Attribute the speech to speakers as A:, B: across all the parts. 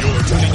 A: tuning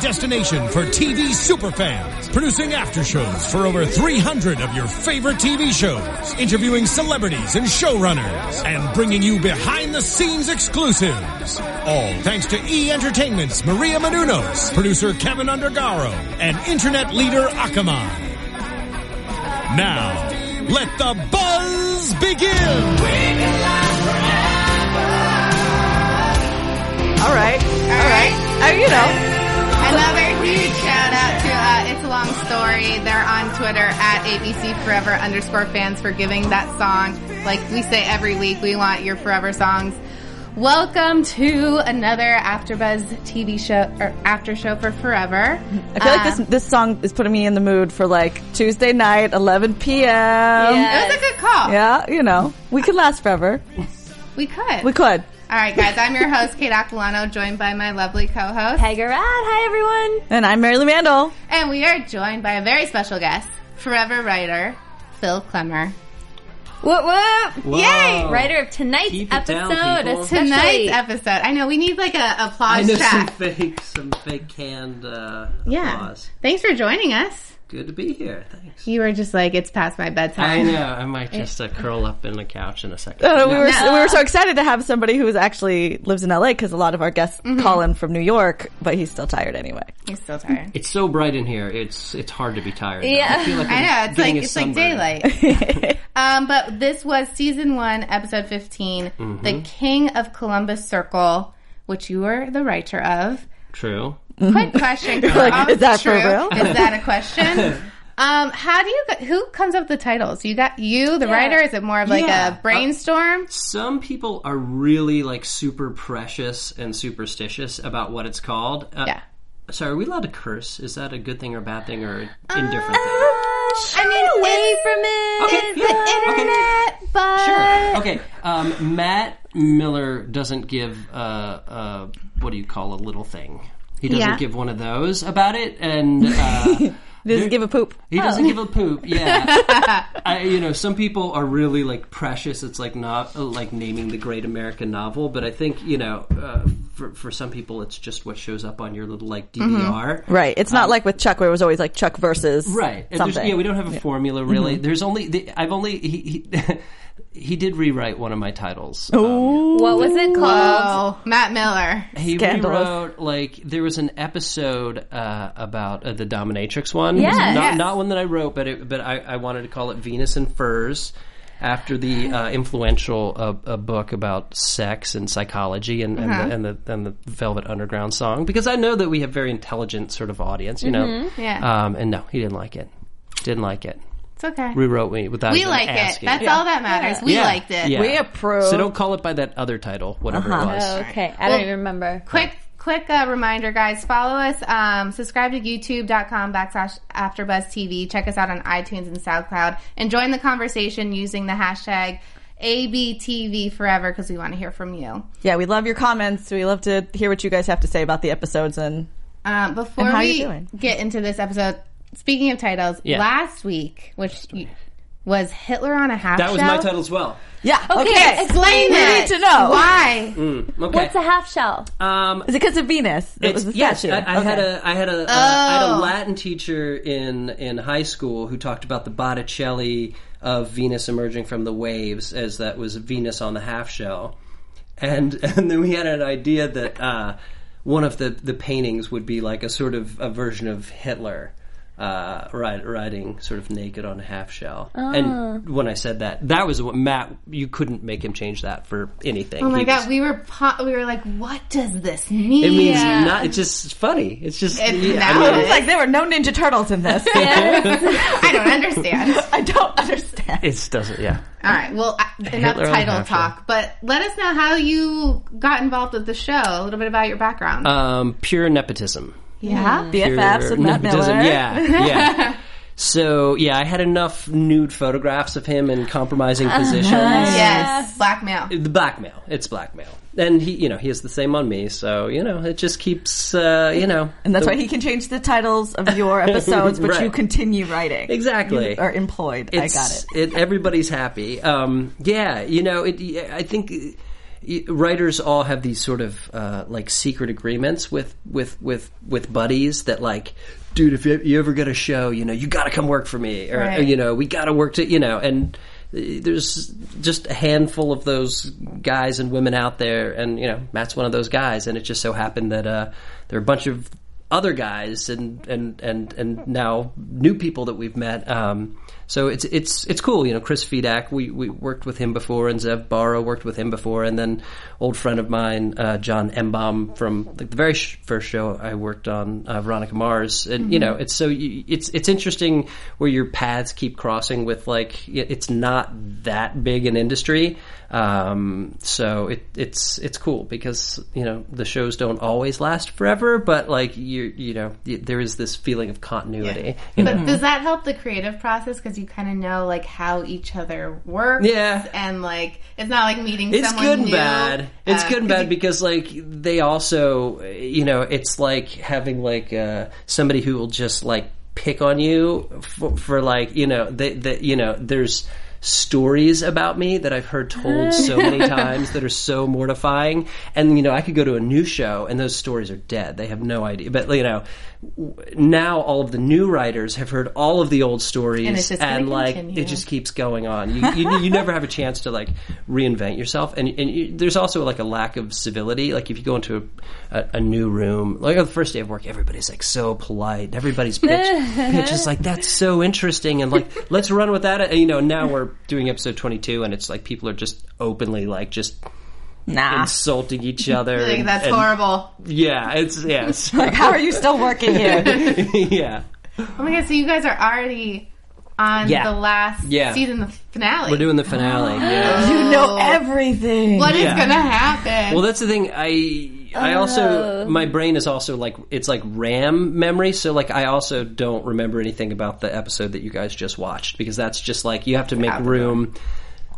A: destination for TV superfans, producing aftershows for over 300 of your favorite TV shows, interviewing celebrities and showrunners, and bringing you behind-the-scenes exclusives. All thanks to E Entertainment's Maria Menounos, producer Kevin Undergaro, and internet leader Akamai. Now, let the buzz begin.
B: All right.
C: All right.
D: Uh,
B: Oh, you know.
C: Another huge shout out to uh, It's a Long Story. They're on Twitter at ABC Forever underscore fans for giving that song. Like we say every week, we want your forever songs. Welcome to another AfterBuzz TV show or after show for forever. Uh,
B: I feel like this this song is putting me in the mood for like Tuesday night, 11 p.m. Yeah,
C: It was a good call.
B: you know, we could last forever.
C: We could.
B: We could.
C: All right, guys. I'm your host Kate Aquilano, joined by my lovely co-host,
E: Tiger Rat. Hi, everyone.
B: And I'm Mary Lou Mandel.
C: and we are joined by a very special guest, forever writer Phil Clemmer.
E: Whoop whoop! Yay! Writer of tonight's
D: Keep it
E: episode.
D: down, people.
E: especially.
C: Tonight's episode. I know we need like a
D: I
C: applause
D: know some
C: track.
D: fake, some fake canned uh,
C: Yeah.
D: applause.
C: Thanks for joining us.
D: Good to be here. Thanks.
C: You were just like, it's past my
D: I
C: bedtime.
D: know. I might just uh, curl up in the couch in a second.
B: Uh,
C: Oh,
B: we were
C: No.
B: we were so excited to have somebody who is actually lives in LA because a lot of our guests call in from New York, but he's still tired anyway.
C: I'm still tired.
D: It's so bright in here. It's it's hard to be tired. though.
E: Yeah.
D: I feel like
C: I
D: I'm
C: know. It's like
D: getting a
C: it's like
D: sunburn.
C: daylight. um, but this was season one, episode 15
D: Mm-hmm.
C: the King of Columbus Circle, which you were the writer of.
D: True.
C: Quick question:
B: like,
C: Carl.
B: is that for
C: True.
B: real?
C: Is that a question? Um, how do you? Who comes up with the titles? You got you, the writer. Is it more of like
D: Yeah. Uh,
C: a brainstorm?
D: Some people are really like super precious and superstitious about what it's called. Uh,
C: yeah.
D: So are we allowed to curse? Is that a good thing or a bad thing or an indifferent
C: Uh,
E: I
D: thing?
C: mean, it's-
E: away from it.
D: Okay,
E: It's the internet.
D: yeah, okay.
C: But
D: Sure. Okay. Um, Matt Miller doesn't give uh, uh, what do you call a little thing. He doesn't
C: Yeah.
D: give one of those about it, and uh,
B: He doesn't give a poop.
D: he doesn't give a poop. Yeah, I, you know, some people are really like precious. It's like not like naming the great American novel, but I think you know, uh, for for some people, it's just what shows up on your little like DVR.
B: Mm-hmm. Right. It's not like with Chuck where it was always like Chuck versus
D: Um, Right. And there's-
B: something.
D: Yeah, we don't have a formula really. There's only the, I've only he, he he did rewrite one of my titles. Um,
E: What was it called?
C: Oh, Matt Miller.
D: He
B: Scandalous.
D: rewrote like there was an episode uh, about uh, the dominatrix one.
E: Yes.
D: not,
C: Yes.
D: not one that I wrote, but it, but I, I wanted to call it Venus and Furs after the uh, influential uh, a book about sex and psychology and,
C: Uh-huh.
D: and, the, and the and the Velvet Underground song because I know that we have very intelligent sort of audience, you know.
C: Mm-hmm. Yeah.
D: Um, and no, he didn't like it. Didn't like it.
C: It's okay.
D: Rewrote me without.
C: We
D: even
C: like it.
D: asking.
C: That's all that matters. We
D: Yeah.
C: liked it. Uh-huh.
D: Yeah.
B: We approve.
D: So don't call it by that other title, whatever it was.
C: Oh.
E: Okay, I don't even remember.
C: Quick, quick uh, reminder, guys. Follow us. Um, subscribe to YouTube.com backslash AfterBuzz TV. Check us out on iTunes and SoundCloud, and join the conversation using the hashtag ABTV Forever because we want to hear from you.
B: Yeah, we love your comments. We love to hear what you guys have to say about the episodes and
C: Um, before
B: And how you
C: we
B: doing?
C: get into this episode, speaking of titles,
D: Yeah.
C: last week, which you, was Hitler on a half
D: That was
C: shell.
D: my title as well.
B: Yeah. Okay.
C: Explain
B: We
C: it.
B: need to know.
C: why.
D: Okay.
E: What's a half shell?
D: Um,
B: Is it because of Venus? That was the
D: yes,
B: statue.
D: I, I had
B: Okay.
D: a I had a, uh, I had a
C: Oh.
D: Latin teacher in in high school who talked about the Botticelli of Venus emerging from the waves, as that was Venus on the half shell, and and then we had an idea that uh, one of the the paintings would be like a sort of a version of Hitler. Uh, ride, riding sort of naked on a half shell,
C: Ah.
D: and when I said that, that was what Matt. You couldn't make him change that for anything.
C: Oh my
D: He was-
C: god, we were po- we were like, what does this mean?
D: it means not. It's just funny. It's just
C: It's
D: yeah,
C: not.
D: I mean,
B: It's like there were no Ninja Turtles in this.
C: I don't understand.
B: I don't understand.
D: It doesn't, yeah.
C: All right, well, I- enough
D: Hitler on
C: title
D: half
C: talk, but let us know how you got involved with the show. A little bit about your background.
D: Um, pure nepotism.
C: yeah,
B: BFFs
D: Pure
B: with Matt Miller.
D: nepotism, Yeah, yeah. so, yeah, I had enough nude
B: Uh-huh.
D: photographs of him in compromising positions.
C: yes, blackmail.
D: The blackmail. It's blackmail. and he, you know, he has the same on me. So you know, it just keeps, uh, you know,
B: And that's
D: the-
B: why he can change the titles of your episodes, but
D: Right.
B: you continue writing.
D: Exactly.
B: You are employed. I got it.
D: Everybody's happy. Um, yeah, you know, it, I think uh, writers all have these sort of uh, like secret agreements with with with with buddies that like. Dude, if you- you ever get a show, you know you got to come work for me, or
C: Right.
D: you know we got to work to, you know. And uh, there's just a handful of those guys and women out there, and you know Matt's one of those guys. And it just so happened that uh, there are a bunch of other guys and and and and now new people that we've met. Um, so it's it's it's cool, you know. Chris Fedak, we we worked with him before, and Zev Barra worked with him before, and then old friend of mine, uh, John Embaum from like, the very sh- first show I worked on, uh, Veronica Mars, and you know, it's so you, it's it's interesting where your paths keep crossing with like y- it's not that big an industry, um, so it it's it's cool because you know the shows don't always last forever, but like you you know y- there is this feeling of continuity. you know?
C: But does that help the creative process? Because you kind of know like how each other works.
D: Yeah.
C: and like it's not like meeting.
D: It's
C: someone
D: good and
C: new,
D: bad. It's
C: uh,
D: good and
C: 'cause
D: bad because like they also, you know, it's like having like uh, somebody who will just like pick on you for, for like you know they, they you know there's stories about me that I've heard told so many times that are so mortifying and you know I could go to a new show and those stories are dead they have no idea but you know w- now all of the new writers have heard all of the old stories
C: And it's just gonna
D: and, like
C: continue.
D: it just keeps going on. You, you, you never have a chance to like reinvent yourself, and, and you, there's also like a lack of civility. Like if you go into a, a, a new room, like on the first day of work, everybody's like so polite. Everybody's pitch, pitch is like that's so interesting, and like let's run with that. And, you know, now we're doing episode 22, and it's like people are just openly like just
B: Nah.
D: insulting each other.
C: Ah. Like,
D: and-
C: that's
D: and-
C: horrible.
D: Yeah, it's yeah, it's-
B: Like, how are you still working here?
D: yeah.
C: Oh my god! So you guys are already on
D: Yeah.
C: the last
D: Yeah.
C: season, the finale.
D: We're doing the finale. Yeah.
B: you know everything.
C: What is
D: Yeah.
C: gonna happen?
D: Well, that's the thing. I I also
C: Oh.
D: my brain is also like it's like RAM memory, so like I also don't remember anything about the episode that you guys just watched because that's just like you have to make room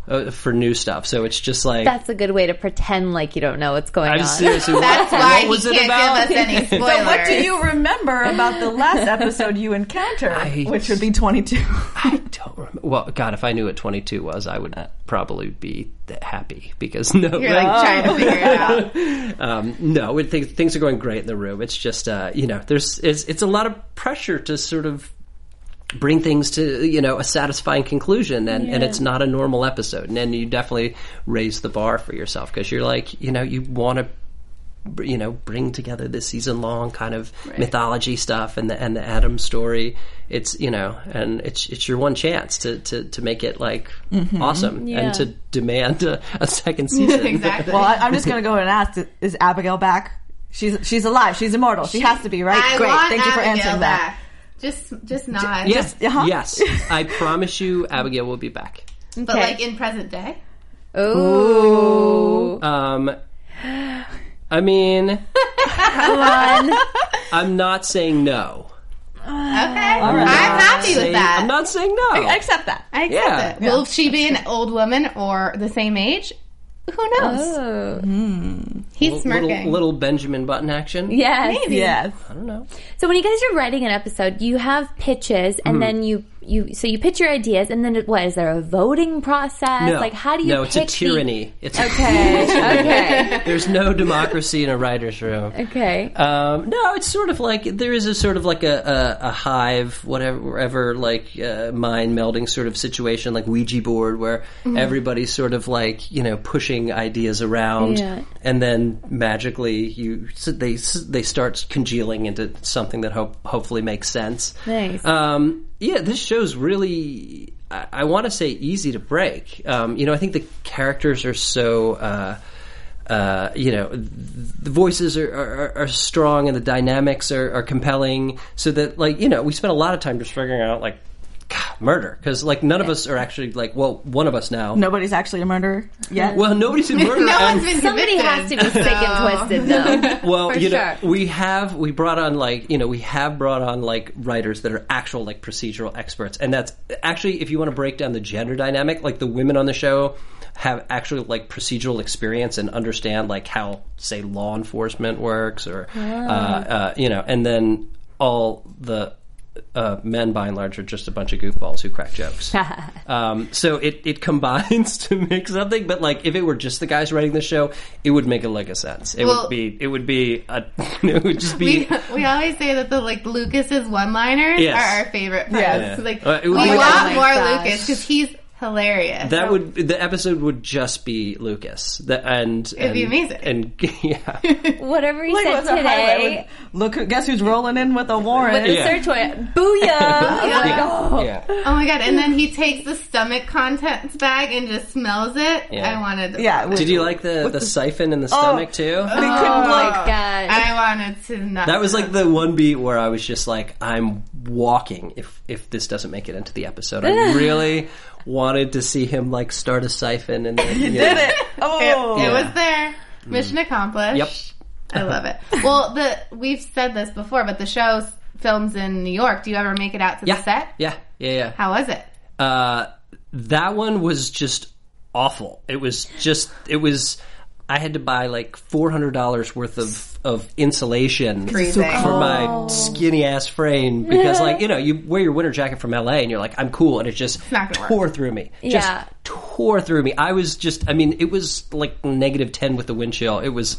D: uh, for new stuff. So it's just like
E: That's a good way to pretend like you don't know what's going
D: I'm
E: on.
D: seriously. what-
C: that's
D: what,
C: why
D: was
C: he
D: it
C: can't
D: about?
C: give us any spoilers.
B: So what do you remember about the last episode you encountered, which would be 22?
D: I don't remember. Well, God, if I knew what 22 was, I would probably be th- happy because no,
C: You're like trying to figure it out.
D: um, no, it, things, things are going great in the room. It's just uh, you know, there's it's, it's a lot of pressure to sort of bring things to you know a satisfying conclusion, and, and it's not a normal episode. And then you definitely raise the bar for yourself because you're like you know you want to br- you know bring together this season long kind of mythology stuff and the and the Adam story. It's you know, and it's it's your one chance to to, to make it like awesome and to demand a, a second season.
C: Exactly.
B: Well, I, I'm just going to go and ask: Is Abigail back? She's she's alive. She's immortal. She has to be, right?
C: I
B: Great.
C: want
B: Thank you for
C: Abigail
B: answering that.
C: back. Just, just not.
D: Yes,
B: uh-huh.
D: yes. I promise you, Abigail will be back.
C: but like in present day.
E: Ooh.
D: Um, I mean,
E: Come on.
D: I'm not saying no.
C: Okay, I'm happy with
D: Saying-
C: that.
D: I'm not saying no.
B: I accept that.
C: I accept
D: Yeah.
C: it. Will she be an old woman or the same age? Who knows?
E: Oh.
C: He's smirking.
D: little, little Benjamin Button action.
E: Yes.
B: Yes.
D: I don't know.
E: So when you guys are writing an episode, you have pitches,
D: Mm-hmm.
E: and then you you so you pitch your ideas, and then it- what is there a voting process?
D: No.
E: Like how do you?
D: No, it's a
E: pick the-
D: tyranny. It's a-
E: okay. okay.
D: there's no democracy in a writer's room.
E: Okay.
D: Um, no, it's sort of like there is a sort of like a, a, a hive, whatever, wherever, like uh, mind melding sort of situation, like Ouija board, where
E: Mm-hmm.
D: everybody's sort of like you know pushing ideas around,
E: Yeah.
D: and then magically you so they they start congealing into something that hope, hopefully makes sense.
E: Nice.
D: Um, yeah, this show's really, I, I want to say easy to break. Um, you know, I think the characters are so, uh, uh, you know, th- the voices are, are, are strong and the dynamics are, are compelling. So that, like, you know, we spent a lot of time just figuring out, like, murder. Because, like, none of us are actually, like, well, one of us now.
B: Nobody's actually a murderer yet.
D: Well, nobody's in murder.
C: no
D: and-
C: one's been
E: Somebody
C: convicted.
E: has to be sick and twisted though.
D: well,
E: For
D: you know,
E: sure.
D: we have we brought on like you know we have brought on like writers that are actual like procedural experts, and that's actually if you want to break down the gender dynamic, like the women on the show have actual like procedural experience and understand like how say law enforcement works or uh,
E: Ah.
D: uh, you know, and then all the uh, men by and large are just a bunch of goofballs who crack jokes. um, so it, it combines to make something, but like if it were just the guys writing the show, it would make a lick of sense. It
C: Well-
D: would be it would be a, it would just be
C: We, we always say that the like Lucas's one-liners
D: Yes.
C: are our favorite parts.
B: Yes.
D: Yeah.
C: Like
D: Uh, it
C: we
D: would be-
C: want
E: Oh my
C: more
E: gosh.
C: Lucas because he's hilarious.
D: That would the episode would just be Lucas. The, and it'd
C: be amazing.
D: And yeah,
E: Whatever he said
B: what's our
E: today,
B: highlight with- Look, who- guess who's rolling in with a warrant?
E: with the
D: Yeah.
E: search warrant, booyah! I'm like, oh.
D: yeah.
C: oh my god! And then he takes the stomach contents bag and just smells it.
D: Yeah.
C: I wanted. To,
B: yeah.
D: Did you like the, the siphon in the stomach too?
B: They couldn't
C: Oh
E: my
B: like.
E: god.
C: I wanted to not.
D: That was like the one beat where I was just like, I'm walking if if this doesn't make it into the episode. I really wanted to see him like start a siphon and then you
B: Did
D: know.
B: it? Oh,
C: It
D: Yeah. Mm.
C: was there. Mission accomplished.
D: Yep.
C: I love it. Well, the we've said this before, but the show s- films in New York. Do you ever make it out to
D: Yeah.
C: the set?
D: Yeah. Yeah. Yeah.
C: How was it?
D: Uh, that one was just awful. It was just it was. I had to buy like four hundred dollars worth of of insulation
C: Freezing.
D: for
C: Oh.
D: my skinny ass frame because like you know you wear your winter jacket from LA and you're like I'm cool and it just
C: not gonna work.
D: tore through me. Just
E: Yeah.
D: tore through me. I was just I mean it was like negative ten with the wind chill. It was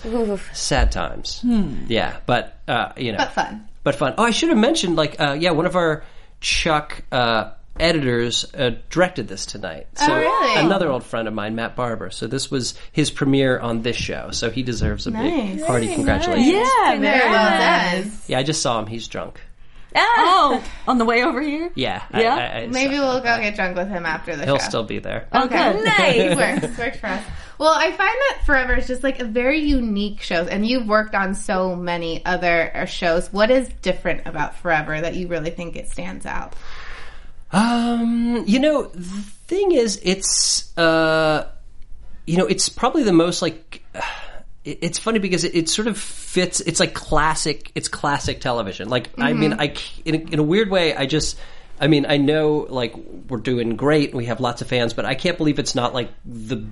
D: sad times. Yeah, but uh, you know
C: Hmm. But fun.
D: but fun. Oh, I should have mentioned, like, uh, yeah, one of our Chuck uh, editors uh, directed this tonight. So
C: Oh, really?
D: Another old friend of mine, Matt Barber. So this was his premiere on this show. So he deserves a big
C: Nice.
D: hearty congratulations.
B: yeah,
C: Very
B: man.
C: well done.
D: Yeah, I just saw him. He's drunk.
B: Oh, on the way over here.
D: Yeah. I-
B: Yeah?
D: I- I-
C: Maybe
D: so-
C: we'll go get drunk with him after the
D: he'll
C: show.
D: still be there.
E: Oh,
B: Okay.
C: Nice. works. Works for us. Well, I find that Forever is just like a very unique show, and you've worked on so many other uh, shows. What is different about Forever that you really think it stands out?
D: Um, you know, the thing is, it's uh, you know, it's probably the most like. it- It's funny because it, it sort of fits. It's like classic. It's classic television. Like I mean, I c- in a, in a weird way, I just. I mean, I know like we're doing great. We have lots of fans, but I can't believe it's not like the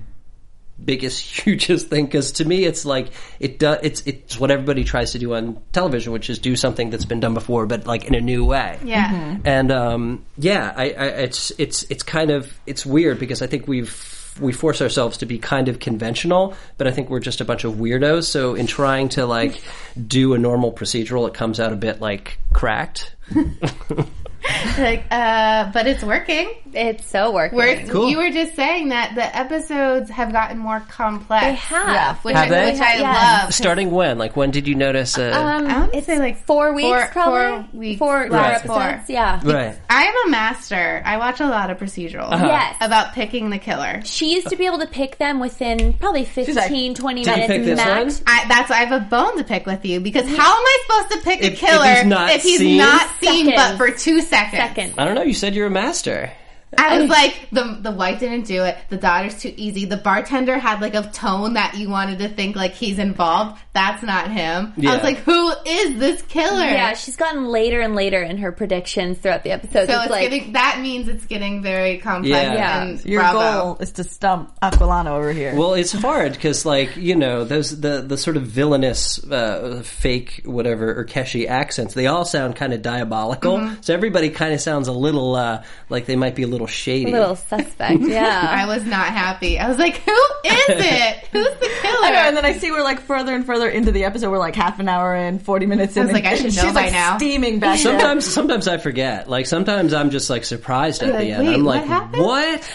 D: biggest, hugest thing because to me it's like it does. It's it's what everybody tries to do on television, which is do something that's been done before, but like in a new way.
C: Yeah.
D: And um, yeah, I, I, it's it's it's kind of it's weird because I think we've we force ourselves to be kind of conventional, but I think we're just a bunch of weirdos. So in trying to like do a normal procedural, it comes out a bit like cracked.
C: Like, uh, but it's working.
E: It's so working.
C: We're,
D: Cool.
C: You were just saying that the episodes have gotten more complex.
E: They have.
C: Which,
D: Have
C: I,
D: they?
C: which I
E: Yeah.
C: love.
D: Starting when, like when did you notice? Uh,
E: Um,
C: I wanna
E: it's
C: say, like,
E: like four weeks,
C: four-
E: probably
C: four weeks.
E: four, four
D: Right.
E: episodes.
C: Four.
E: Yeah,
D: right.
C: I am a master. I watch a lot of procedurals.
D: Uh-huh.
E: Yes.
C: About picking the killer.
E: she used to be able to pick them within probably 15,
B: like,
E: 20
D: Did you pick
E: minutes
D: this
E: max.
D: one?
C: I, that's I have a bone to pick with you because how am I supposed to pick
D: If-
C: a
D: if
C: killer
D: he's not seen?
C: not seen but
E: Seconds.
C: for two seconds?
E: Second.
D: I don't know. You said you're a master.
C: I was like, the the wife didn't do it. The daughter's too easy. The bartender had like a tone that you wanted to think like he's involved. That's not him. I
D: Yeah.
C: was like, who is this killer?
E: Yeah, she's gotten later and later in her predictions throughout the episodes.
C: So
E: it's,
C: it's
E: like
C: getting that means it's getting very complex.
D: Yeah. Yeah.
C: And
B: Your
C: bravo.
B: goal is to stump Aquilano over here.
D: Well, it's hard because, like, you know, those the the sort of villainous, uh, fake whatever Urkeshi accents. They all sound kind of diabolical.
C: Mm-hmm.
D: So everybody kind of sounds a little uh, like they might be a little shady.
E: a little suspect. Yeah.
C: I was not happy. I was like, who is it? Who's the killer?
B: I know, and then I see we're like further and further into the episode. We're like half an hour and forty minutes in.
C: was like,
B: and-
C: I should
B: and
C: know
B: she's,
C: by
B: like,
C: now.
B: Steaming back. in.
D: Sometimes, sometimes I forget. Like sometimes I'm just like surprised at
C: Like,
D: the end.
C: wait,
D: I'm
C: what
D: like,
C: happened?
D: what?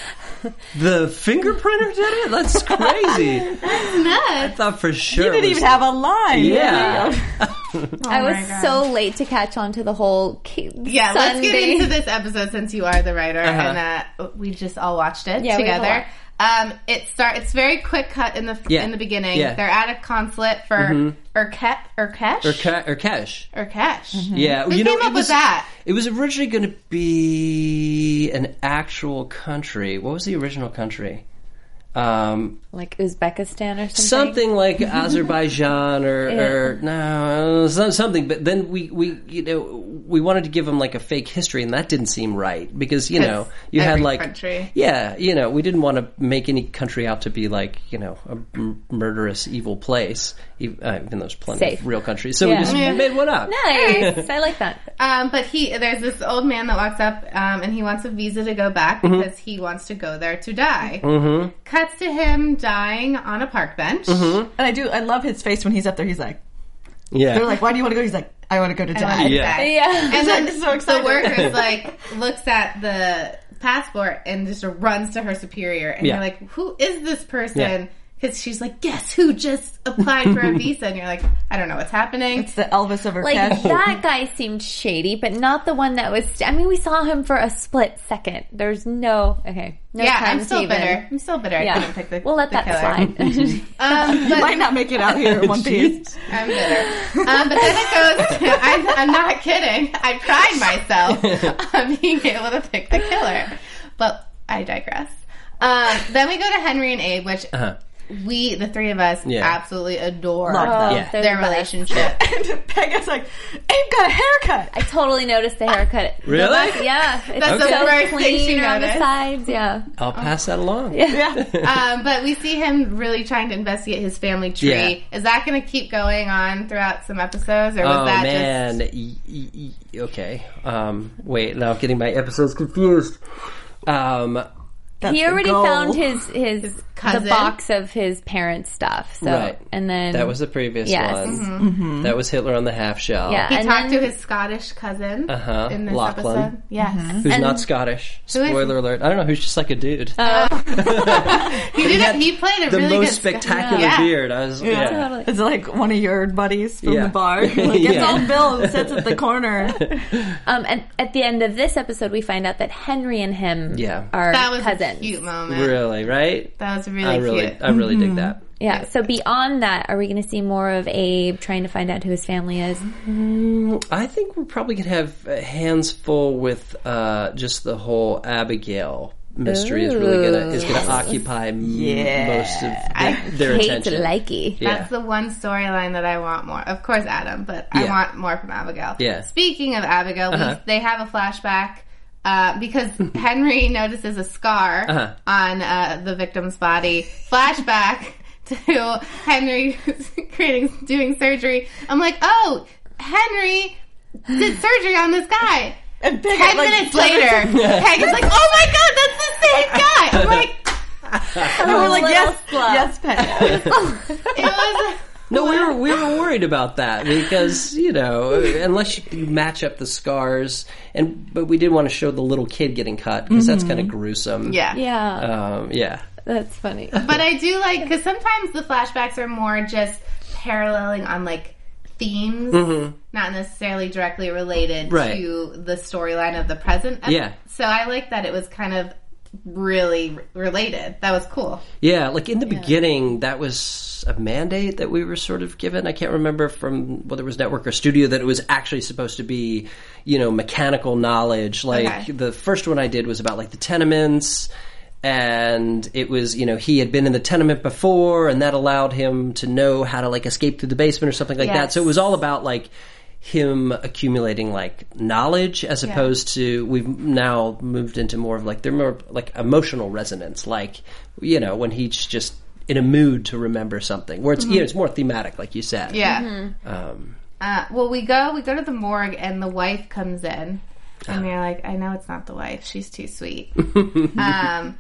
D: The fingerprinter did it? That's crazy. I
C: nuts.
D: thought for sure.
B: you
D: it
B: didn't
D: was-
B: even have a line.
D: Yeah.
E: I
C: Oh my
E: was
C: gosh.
E: so late to catch on to the whole ca-
C: Yeah, let's get
E: Sunday.
C: into this episode since you are the writer
D: Uh-huh.
C: and uh, we just all watched it
E: Yeah, we did a
C: together. Um, it start. It's very quick cut in the
D: Yeah.
C: in the beginning.
D: Yeah. Mm-hmm.
C: They're at a consulate for Urke- Urkesh
D: Urke- Urkesh.
C: Urkesh.
E: Mm-hmm.
D: Yeah,
C: Who
D: you know,
C: came
D: it
C: up with
D: was-
C: that?
D: It was originally going to be an actual country. What was the original country? Um,
E: like Uzbekistan or something.
D: something like Azerbaijan or, or no, some- something. But then we, we you know we wanted to give them like a fake history, and that didn't seem right because you know
C: 'Cause
D: you had
C: every
D: like
C: country.
D: yeah, you know, we didn't want to make any country out to be like you know a m- murderous, evil place, even, uh, even though there's plenty
E: Safe.
D: of real countries. So
E: Yeah.
D: we just
C: Yeah.
D: made one up.
E: Nice. I like that.
C: Um, but he, there's this old man that walks up, um, and he wants a visa to go back
D: Mm-hmm.
C: because he wants to go there to die. Mm-hmm. Cuts to him dying on a park bench.
D: Mm-hmm.
B: And I do. I love his face when he's up there. He's like,
D: Yeah,
B: they're like, why do you want to go? He's like, I want to go to die.
D: Yeah.
E: Yeah.
C: And then
B: I'm so excited.
C: the worker like looks at the passport and just runs to her superior, and
D: Yeah.
C: you're like, "Who is this
D: Yeah.
C: person?" Because she's like, "Guess who just applied for a visa?" And you're like, "I don't know what's happening."
B: It's the Elvis of her
E: Like
B: cast.
E: that guy seemed shady, but not the one that was. St- I mean, we saw him for a split second. There's no okay. No
C: yeah,
E: time
C: I'm
E: to
C: still
E: even-
C: bitter. I'm still bitter. I
E: Yeah,
C: couldn't pick the.
E: we'll let
C: the
E: that
C: killer.
E: slide.
C: Um, but
B: Might not make it out here in one piece.
C: I'm bitter. Um, but then it goes. To, I'm, I'm not kidding. I pride myself on being able to pick the killer, but I digress. Um, then we go to Henry and Abe, which
D: Uh-huh.
C: we, the three of us,
D: Yeah.
C: absolutely adore
B: Love
E: Oh,
D: Yeah.
E: they're
C: their
E: the best.
C: relationship.
B: And Peggy's like, Abe got a haircut.
E: I totally noticed the haircut.
D: Really?
E: That's- yeah, it's
C: That's the
E: so
C: first thing
E: clean
C: she
E: on the
C: noticed.
E: sides. Yeah,
D: I'll pass that along.
B: Yeah.
C: um, but we see him really trying to investigate his family tree.
D: Yeah.
C: Is that going to keep going on throughout some episodes, or was
D: Oh
C: that
D: man, Y- y- y- okay. Um, wait, now I'm getting my episodes confused. Um,
B: That's
E: he
B: the
E: already
B: goal.
E: found his his, the
C: cousin.
E: box of his parents' stuff. So
D: Right.
E: and then
D: that was the previous
E: Yes.
D: one.
C: Mm-hmm.
D: That was Hitler on the half shell.
E: yeah.
C: just he
E: and
C: talked
E: then, Mm-hmm.
C: to his Scottish cousin
D: Uh-huh.
C: in this
D: Lachlan.
C: episode? Yes,
D: Who's
E: And-
D: not Scottish?
C: is-
D: Spoiler alert. I don't know. Who's just like a dude.
C: he did. it. He played a
D: the
C: really
D: most
C: good
D: spectacular
C: Yeah.
D: beard. I was. Yeah.
E: Totally.
B: It's like one of your buddies from
D: Yeah.
B: the bar. Like, it's
D: Yeah.
B: all Bill who sits at the corner.
E: Um, and at the end of this episode, we find out that Henry and him
D: Yeah.
E: are
C: That was
E: cousins.
C: a cute moment.
D: Really, right?
C: That was really,
D: I really,
C: cute.
D: I really dig that.
E: Yeah. So beyond that, are we going to see more of Abe trying to find out who his family is?
D: I think we're probably gonna have uh, hands full with uh, just the whole Abigail mystery. Is really gonna is gonna occupy m- most of the, their
E: Kate
D: attention.
E: Likey.
D: yeah.
C: That's the one storyline that I want more. Of course, Adam, but I
D: Yeah.
C: want more from Abigail.
D: Yeah.
C: Speaking of Abigail, we-
D: Uh-huh.
C: they have a flashback uh, because Henry notices a scar
D: Uh-huh.
C: on uh, the victim's body. Flashback to Henry creating doing surgery. I'm like, oh, Henry did surgery on this guy.
B: And Peggy,
C: Ten
B: like,
C: minutes later, Peg is like, "Oh my god, that's the same guy!" I'm like,
B: And we're like,
E: Little
B: yes, yes,
E: slut.
B: Peggy.
C: it was.
D: No, we were we were worried about that because you know unless you match up the scars and but we did want to show the little kid getting cut because that's kind of gruesome.
C: Yeah.
E: Yeah,
D: Um, yeah.
E: that's funny.
C: But I do like because sometimes the flashbacks are more just paralleling on like themes, not necessarily directly related
D: Mm-hmm. Right.
C: to the storyline of the present. ep-
D: Yeah.
C: So I like that it was kind of really r- related. That was cool.
D: Yeah, like in the beginning, that was a mandate that we were sort of given. I can't remember from whether it was network or studio that it was actually supposed to be, you know, mechanical knowledge. Like
C: Okay.
D: the first one I did was about like the tenements. And it was, you know, he had been in the tenement before, and that allowed him to know how to like escape through the basement or something like that. So it was all about like him accumulating like knowledge as opposed to we've now moved into more of like they're more like emotional resonance like you know when he's just in a mood to remember something where it's you know it's more thematic like you said
C: Yeah.
D: um,
C: Uh, well, we go we go to the morgue and the wife comes in,
D: Ah.
C: and you're like, I know it's not the wife. She's too sweet. um,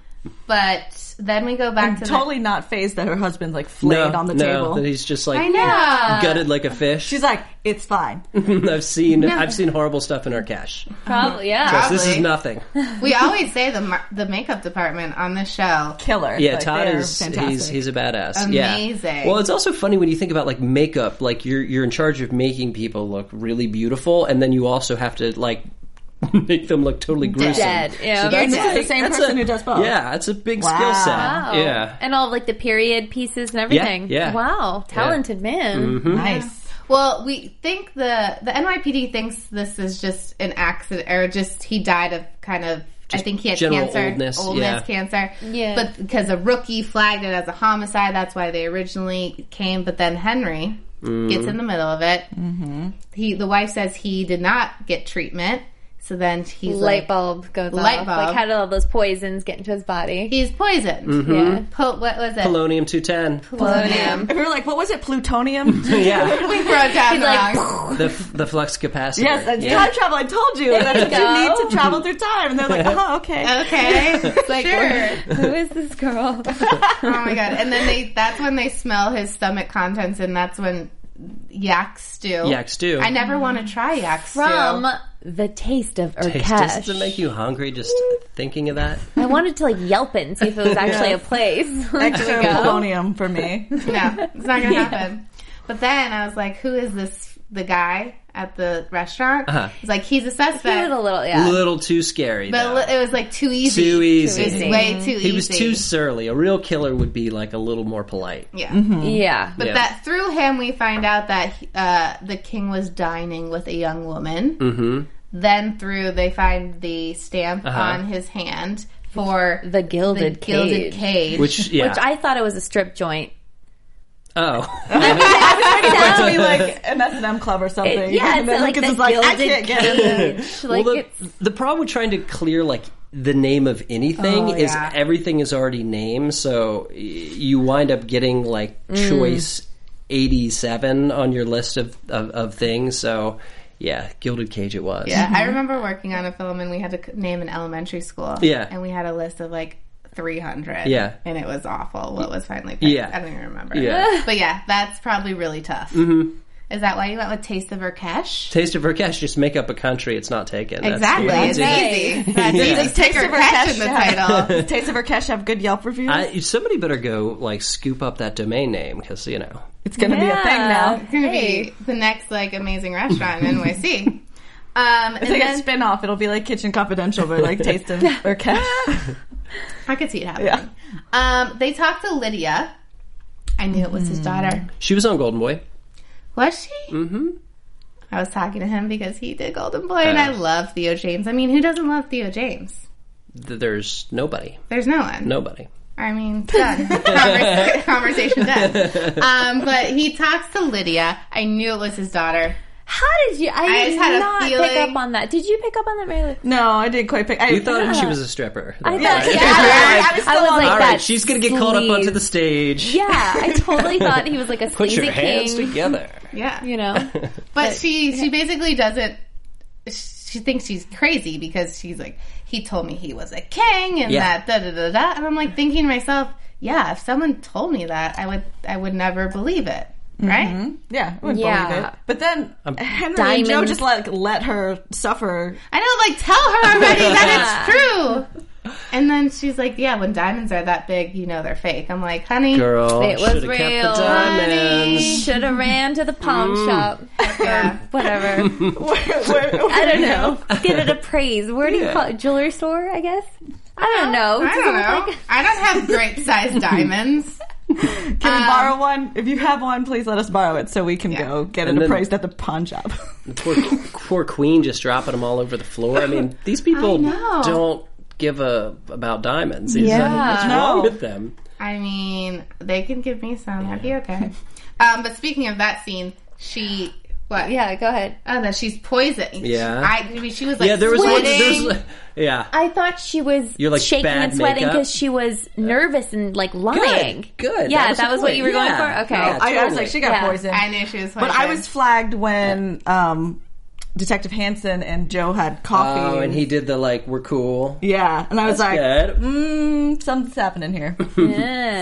C: but then we go back to
B: totally not phased that her husband's like flayed on the
D: no,
B: table.
D: that he's just like
C: The, I know.
D: gutted like a fish
B: She's like, it's fine.
D: I've seen I've seen horrible stuff in our cash
E: Probably. Yeah.
D: this is
C: Probably.
D: nothing
C: We always say the mar- the makeup department on the show.
B: Killer.
D: Yeah,
B: Like,
D: Todd
B: they're
D: is
B: fantastic.
D: he's he's a badass. Yeah.
C: Amazing.
D: Well, it's also funny when you think about like makeup. Like you're you're in charge of making people look really beautiful, and then you also have to like make them look totally gruesome.
E: Dead. Yeah.
B: And
D: That's
B: this is
D: a-
B: the same
D: that's
B: person
D: a-
B: who does both.
D: Yeah, it's a big
B: Wow.
D: skill set.
E: Wow.
D: Yeah.
E: And all of, like the period pieces and everything.
D: yeah. Mm-hmm.
E: Wow. Talented man.
B: Nice.
C: Well, we think the the NYPD thinks this is just an accident, or just he died of kind of. I think he had
D: general
C: cancer,
D: oldness, yeah.
C: cancer.
E: Yeah.
C: But because a rookie flagged it as a homicide, that's why they originally came. But then Henry
D: Mm.
C: Gets in the middle of it.
E: Mm-hmm.
C: He, the wife says he did not get treatment. So then he's
E: light
C: like,
E: bulb goes
C: Light
E: off.
C: bulb.
E: Like how did all those poisons get into his body?
C: he's poisoned.
D: Mm-hmm.
E: Yeah.
C: Po- what was it?
D: Polonium 210.
C: Polonium.
B: We were like, what was it? Plutonium?
D: yeah.
C: we wrote down
E: like,
C: wrong.
D: The, f- the flux capacitor.
B: yes, that's
D: yeah.
B: time travel. I told you. That's what you
E: go.
B: need to travel through time. And they're like, oh, okay.
C: okay. sure.
E: Who is this girl?
C: Oh my god! And then they—that's when they smell his stomach contents, and that's when yak stew.
D: Yak stew.
C: I never want to try yak
E: From
C: stew.
E: the taste of
D: Taste- does
E: Urkesh.
D: it make you hungry just thinking of that?
E: I wanted to like Yelp it and see if it was actually a place.
B: Extra plutonium for me.
C: No, it's not gonna happen. But then I was like, "Who is this? The guy at the restaurant?"
D: Uh-huh.
C: He's like, "He's a
E: Give it
C: suspect."
E: a little, yeah.
D: little too scary.
C: but
D: though.
C: li- it was like too easy.
D: Too easy.
C: It was way too easy.
D: he was too surly. A real killer would be like a little more polite.
C: Yeah.
E: Yeah.
C: But
D: mm-hmm. Yeah.
C: that through him, we find out that he- uh, the king was dining with a young woman.
D: Mm-hmm.
C: Then through, they find the stamp
D: Uh-huh.
C: on his hand for
E: The gilded
C: the gilded
E: cage.
C: cage.
D: Which yeah.
E: Which I thought it was a strip joint.
D: oh,
B: It's be like an S&M club or something.
E: yeah,
B: And
E: it's
B: then
E: like
B: the
E: the
B: kid's like, I
E: gilded
B: can't get in there.
E: cage. Like
D: well, the,
E: it's
D: the problem with trying to clear like the name of
E: Oh,
D: anything is
C: yeah.
D: everything is already named, so y- you wind up getting like
E: Mm.
D: choice eighty-seven on your list of of, of things. So yeah, gilded cage it was.
C: Yeah, I remember working on a film and we had to c- name an elementary school.
D: Yeah.
C: And we had a list of like 300.
D: Yeah.
C: And it was awful what was finally picked.
D: Yeah.
C: I don't even remember.
D: Yeah. Mm-hmm.
C: But yeah, that's probably really tough. Is that why you went with Taste of Urkesh?
D: Taste of Urkesh, just make up a country. It's not taken. That's
C: exactly.
D: what I
C: It's
D: did.
C: easy. That's easy. Just Take
B: Taste of
C: Urkesh in the
B: Urkesh.
C: title.
B: Does Taste of Urkesh have good Yelp reviews?
D: I, somebody better go like scoop up that domain name because you know
B: it's going to be a thing
E: Yeah.
B: now.
C: It's going to be the next like amazing restaurant in NYC. Um, and
B: It's like
C: then-
B: a spin-off. It'll be like Kitchen Confidential, but like Taste of Urkesh.
C: I could see it happening.
B: Yeah.
C: Um, they talked to Lydia. I knew it was
B: Mm.
C: his daughter.
D: she was on Golden Boy.
C: Was she?
D: Mm.
C: Mm-hmm. I was talking to him because he did Golden Boy, and I
D: Uh.
C: love Theo James. I mean, who doesn't love Theo James?
D: Th- There's nobody.
C: There's no one.
D: Nobody.
C: I mean, done. Convers- conversation done. Um, but he talks to Lydia. I knew it was his daughter.
E: how did you? I,
C: just
E: did
C: had a
E: not pick
C: feeling-
E: up on that. Did you pick up on that, Mary? Lou?
B: No, I didn't quite pick. I,
D: You thought she was a stripper.
E: I
D: All
E: thought,
D: right.
E: yeah,
B: I was
E: I was,
B: still on-
E: like,
D: All right,
E: that's
D: she's gonna get called up onto the
E: sleaze.
D: stage.
E: Yeah, I totally thought he was like a
D: Put
E: sleazy
D: your hands
E: king.
D: together.
C: Yeah.
E: You know,
C: but she she basically doesn't. She thinks she's crazy because she's like, he told me he was a king and
D: Yeah.
C: that da da da da, and I'm like thinking to myself, yeah, if someone told me that, I would I would never believe it, right?
B: Yeah, I wouldn't
E: Yeah.
B: believe it. But then
D: Um,
B: Henry and
E: Diamond-
B: Joe just like let her suffer.
C: I know, like, tell her already that it's true. And then she's like, yeah, when diamonds are that big, you know they're fake. I'm like, honey,
D: Girl,
E: it was
D: shoulda kept
E: real.
D: the diamonds.
E: Should have ran to the pawn shop.
C: yeah.
E: Whatever. I don't know. Get it appraised. Where do you
D: Yeah.
E: call it? Jewelry store, I guess? I don't know.
C: I
E: Does it
C: don't
E: look
C: know.
E: like-
C: I don't have great sized diamonds.
B: Can we borrow one? If you have one, please let us borrow it so we can go get it
D: And then-
B: appraised at the pawn shop.
D: poor, poor queen just dropping them all over the floor. I mean, these people
C: I know.
D: don't give a about diamonds. Is that-
E: Yeah.
D: what's
B: No.
D: wrong with them?
C: I mean, they can give me some. I'd be okay. Um, but speaking of that scene, she what?
E: yeah, go ahead.
C: Oh, that she's poisoned.
D: Yeah.
C: I, I mean, she was like,
D: Yeah, there was one.
C: sweating.
D: There's, yeah,
E: I thought she was
D: You're, like,
E: shaking
D: bad
E: and sweating
D: makeup?
E: because she was nervous and like lying.
D: good.
E: Yeah,
D: That
E: that
D: was
E: was,
D: the
E: what you were
D: point.
E: going
D: Yeah.
E: for. Okay.
D: No,
B: I, I was like, she got
E: Yeah.
B: poisoned.
C: I knew she was
B: but
C: poisoned.
B: I was flagged when um, Detective Hansen and Joe had coffee.
D: Oh, and he did the like, we're cool.
B: yeah, and I was like,
D: Good.
B: mm, something's happening here.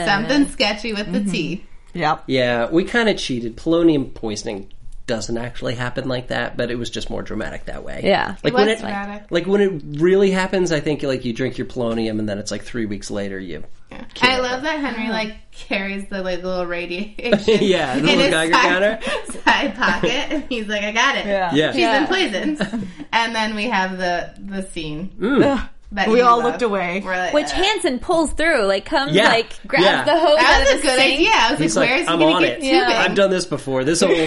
C: something sketchy with the
D: Mm-hmm.
C: tea.
B: yep.
D: Yeah, we kind of cheated. Polonium poisoning doesn't actually happen like that, but it was just more dramatic that way.
E: Yeah.
C: It
D: like when
C: was
D: it
C: dramatic.
D: like when it really happens, I think like you drink your polonium and then it's like three weeks later you.
C: Yeah. I love that Henry like carries the like little radiation.
D: Oh. Yeah, the
C: in
D: little
C: his
D: Geiger
C: side,
D: counter.
C: side pocket, and he's like, I got it.
B: Yeah.
D: Yeah,
C: She's been poisoned. And then we have the the scene
D: Mm.
B: Ugh.
C: that
B: We
C: you
B: all
C: love.
B: looked away.
C: We're like,
E: Which
C: uh,
E: Hanson pulls through, like comes,
D: Yeah.
E: like grabs
D: Yeah.
E: the hose
C: that
E: out
C: was
E: of
C: a
E: the
C: good
E: sink.
C: idea. I was
D: He's
C: like,
D: like,
C: where's he
D: I'm
C: gonna
D: on
C: get
D: it.
C: tubing?
D: I've done this before. This old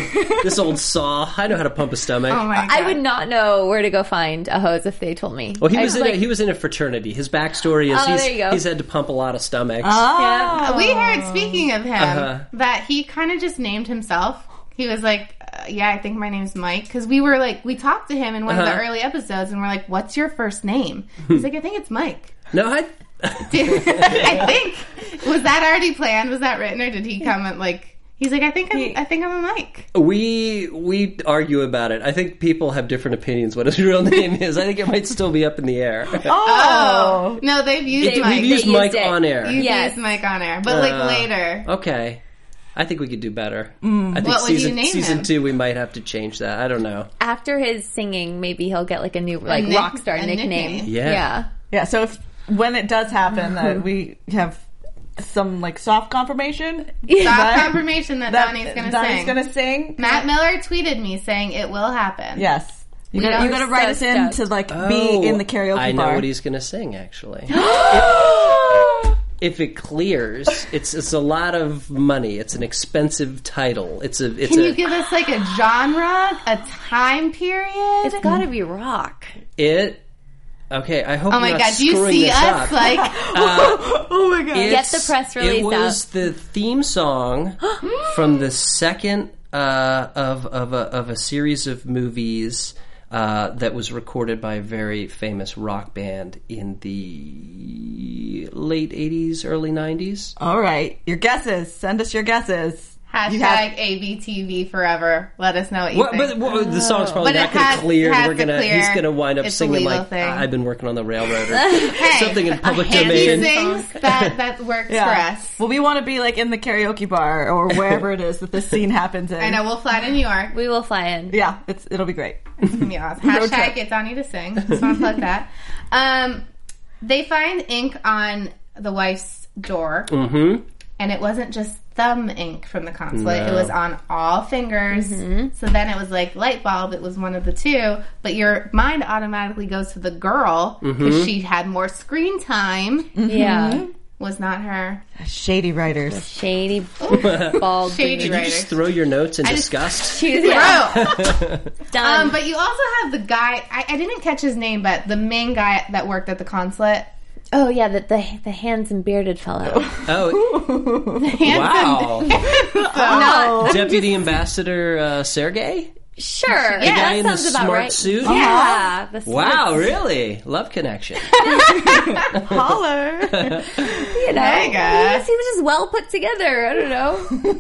D: this old saw. I know how to pump a stomach.
C: Oh my god!
E: I would not know where to go find a hose if they told me.
D: Well, he
E: I
D: was in
E: like,
D: a, he was in a fraternity. His backstory is
E: Oh,
D: he's
E: there you go.
D: he's had to pump a lot of stomachs.
B: Oh.
E: yeah.
C: We heard, speaking of him,
D: Uh-huh.
C: that he kind of just named himself he was like, uh, "Yeah, I think my name's Mike." Because we were like, we talked to him in one of
D: Uh-huh.
C: the early episodes, and we're like, "What's your first name?" He's like, "I think it's Mike."
D: No, I.
C: I think was that already planned? Was that written, or did he come at like? He's like, "I think I'm, I think I'm a Mike."
D: Oh. We we argue about it. I think people have different opinions what his real name is. I think it might still be up in the air.
C: Oh no, they've used
E: They-
C: Mike.
D: We've used
E: used
D: Mike
E: it.
D: on air.
C: You've
E: Yeah.
C: used Mike on air, but
D: Uh,
C: like later.
D: Okay. I think we could do better. I think
C: What would you
D: season
C: name
D: season
C: him?
D: two we might have to change that. I don't know.
E: After his singing, maybe he'll get like a new like
C: nick-
E: rock star
C: a
E: nickname.
C: nickname.
D: Yeah.
F: Yeah, so if when it does happen that we have some like soft confirmation,
C: Soft
F: But-
C: confirmation that,
F: that
C: Donnie's gonna
F: Donnie's
C: sing.
F: gonna sing.
C: Matt Miller tweeted me saying it will happen.
F: Yes, you
E: are
F: gotta, you gotta
E: so
F: write us in to
E: stoked.
F: like
D: Oh,
F: be in the karaoke
D: I know
F: bar.
D: what he's going to sing actually. if it clears, it's it's a lot of money. It's an expensive title. It's a it's
C: Can
D: a
C: you give us like a genre, a time period?
E: It's got to be rock.
D: it Okay, I hope
C: Oh my
D: you're not
C: god, do you
D: screwing
C: see
D: this
C: us
D: up.
C: like
F: oh my god!
D: It's-
E: the press release
D: It was the theme song from the second uh, of of a, of a series of movies uh, that was recorded by a very famous rock band in the late '80s, early '90s.
F: All right, your guesses. Send us your guesses.
C: hashtag
F: You have-
C: ABTV forever? Let us know what you
D: What,
C: think.
D: but what, the song's probably
C: But it
D: not going
C: has-
D: to clear.
C: has
D: We're
C: to
D: gonna he's
C: clear.
D: going to wind up
C: It's a
D: singing
C: legal
D: like
C: thing.
D: I've been working on the railroad or
C: Hey,
D: something in public
C: He
D: domain.
C: sings that that works
F: Yeah.
C: for us.
F: Well, we want to be like in the karaoke bar or wherever it is that this scene happens in.
C: I know we'll fly to New York.
E: We will fly in.
F: Yeah, it's it'll be great.
C: It's gonna be awesome. Hashtag get Donnie to sing. Just want to plug that. Um, they find ink on the wife's door,
D: Mm.
C: mm-hmm. and it wasn't just thumb ink from the consulate; it was on all fingers. So then it was like light bulb. It was one of the two, but your mind automatically goes to the girl because she had more screen
E: Mm-hmm.
C: time.
D: Mm-hmm.
E: Yeah.
C: Was not her
F: Shady writers.
E: Shady bald.
C: shady
E: dude.
D: You just
C: writer.
D: throw your notes in
C: just-
D: disgust.
E: She was yeah,
C: Bro,
E: done.
C: Um, but you also have the guy. I, I didn't catch his name, but the main guy that worked at the consulate.
E: oh yeah, the, the the handsome bearded fellow.
D: Oh, wow!
E: Not
D: Deputy Ambassador uh, Sergey.
E: sure. Yeah,
D: guy
E: that
D: in the
E: sounds about
D: smart
E: right.
D: suit?
E: Yeah. the smart
D: Wow, really? Love connection.
F: Holler.
E: you know,
C: Hey, guys.
E: he was- he was just well put together. I don't know.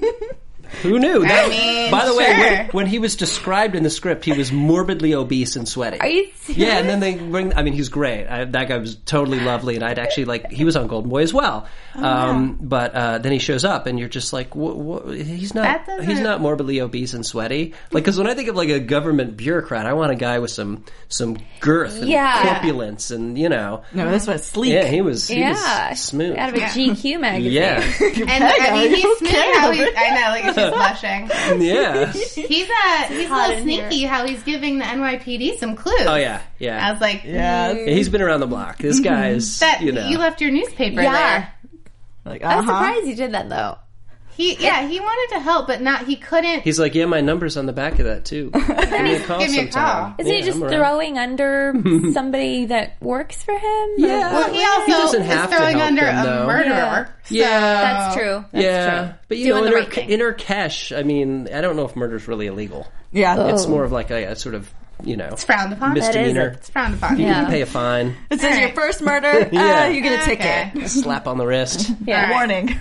D: Who knew? That-
C: mean,
D: by the way,
C: sure.
D: when, when he was described in the script, he was morbidly obese and sweaty.
E: Are you serious?
D: Yeah, and then they bring. I mean, he's great. I, that guy was totally lovely, and I'd actually like. He was on Golden Boy as well. Um, But uh, then he shows up, and you're just like, wh- wh- he's not.
C: That doesn't-
D: He's not morbidly obese and sweaty. Like, because when I think of like a government bureaucrat, I want a guy with some some girth and
E: Yeah.
D: corpulence, and you know,
F: no, this was sleek.
D: yeah, he was. He
E: yeah,
D: was smooth.
E: out of a GQ magazine.
D: yeah,
C: And I mean, he's smooth. How he's, I know, like she's blushing.
D: yeah.
C: He's uh, he's a
E: hot
C: little
E: in here.
C: sneaky. How he's giving the NYPD some clues.
D: Oh yeah, yeah.
C: I was like,
F: Yeah.
D: Yeah, He's been around the block. This guy is,
C: that
D: you
C: you,
D: know.
C: left your newspaper
E: Yeah.
C: there.
F: Like,
E: I was
F: uh-huh.
E: surprised you did that though.
C: He yeah, he wanted to help, but not he couldn't.
D: He's like, yeah, my number's on the back of that too. Give me a call
C: Give me a
D: sometime.
C: call.
E: Isn't
D: Yeah,
E: he just
D: I'm around.
E: throwing under somebody that works for him?
D: Yeah.
E: Or-
C: well, he also
D: doesn't
C: is
D: have to
C: throwing
D: help
C: under
D: them,
C: a
D: though.
C: murderer.
D: Yeah,
E: That's true. That's
D: yeah,
E: true.
D: but you
E: Doing
D: know,
E: the
D: in,
E: right
D: her,
E: thing.
D: in her cash, I mean, I don't know if murder's really illegal.
F: Yeah.
E: Oh.
D: It's more of like a, a sort of, you know,
C: It's frowned upon.
E: is
D: misdemeanor.
C: It's frowned upon.
E: Yeah.
D: You pay a fine,
F: It says your
C: right.
F: first murder.
D: Yeah.
F: uh, you get a
C: Okay.
F: ticket.
D: slap on the wrist.
E: Yeah.
C: All right.
F: Warning.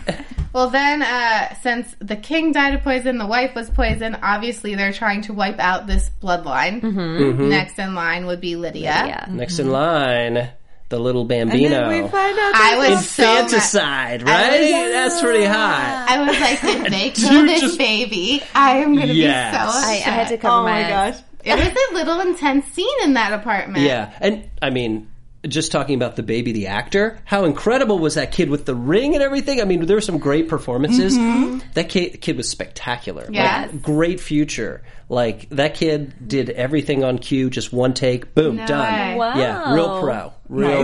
C: Well, then, uh, since the king died of poison, the wife was poisoned. Obviously, they're trying to wipe out this bloodline.
D: Mm-hmm.
C: Next in line would be Lydia.
E: Yeah.
D: Next in line, the little bambino.
F: find out.
C: I was so mad.
D: Infanticide, right? That's pretty hot.
C: I was like, if they kill this
D: just-
C: baby, I am going to
D: Yes.
C: be so
E: I, I
C: upset.
E: had to cover
F: Oh my
E: my eyes.
F: gosh.
C: It was a little intense scene in that apartment.
D: Yeah, and I mean, just talking about the baby, the actor, how incredible was that kid with the ring and everything? I mean, there were some great performances. That kid, kid was spectacular.
C: Yes.
D: Like, great future. Like that kid did everything on cue, just one take, boom,
C: No
D: done.
C: way.
E: Wow.
D: Yeah, real pro,
C: Right,
D: real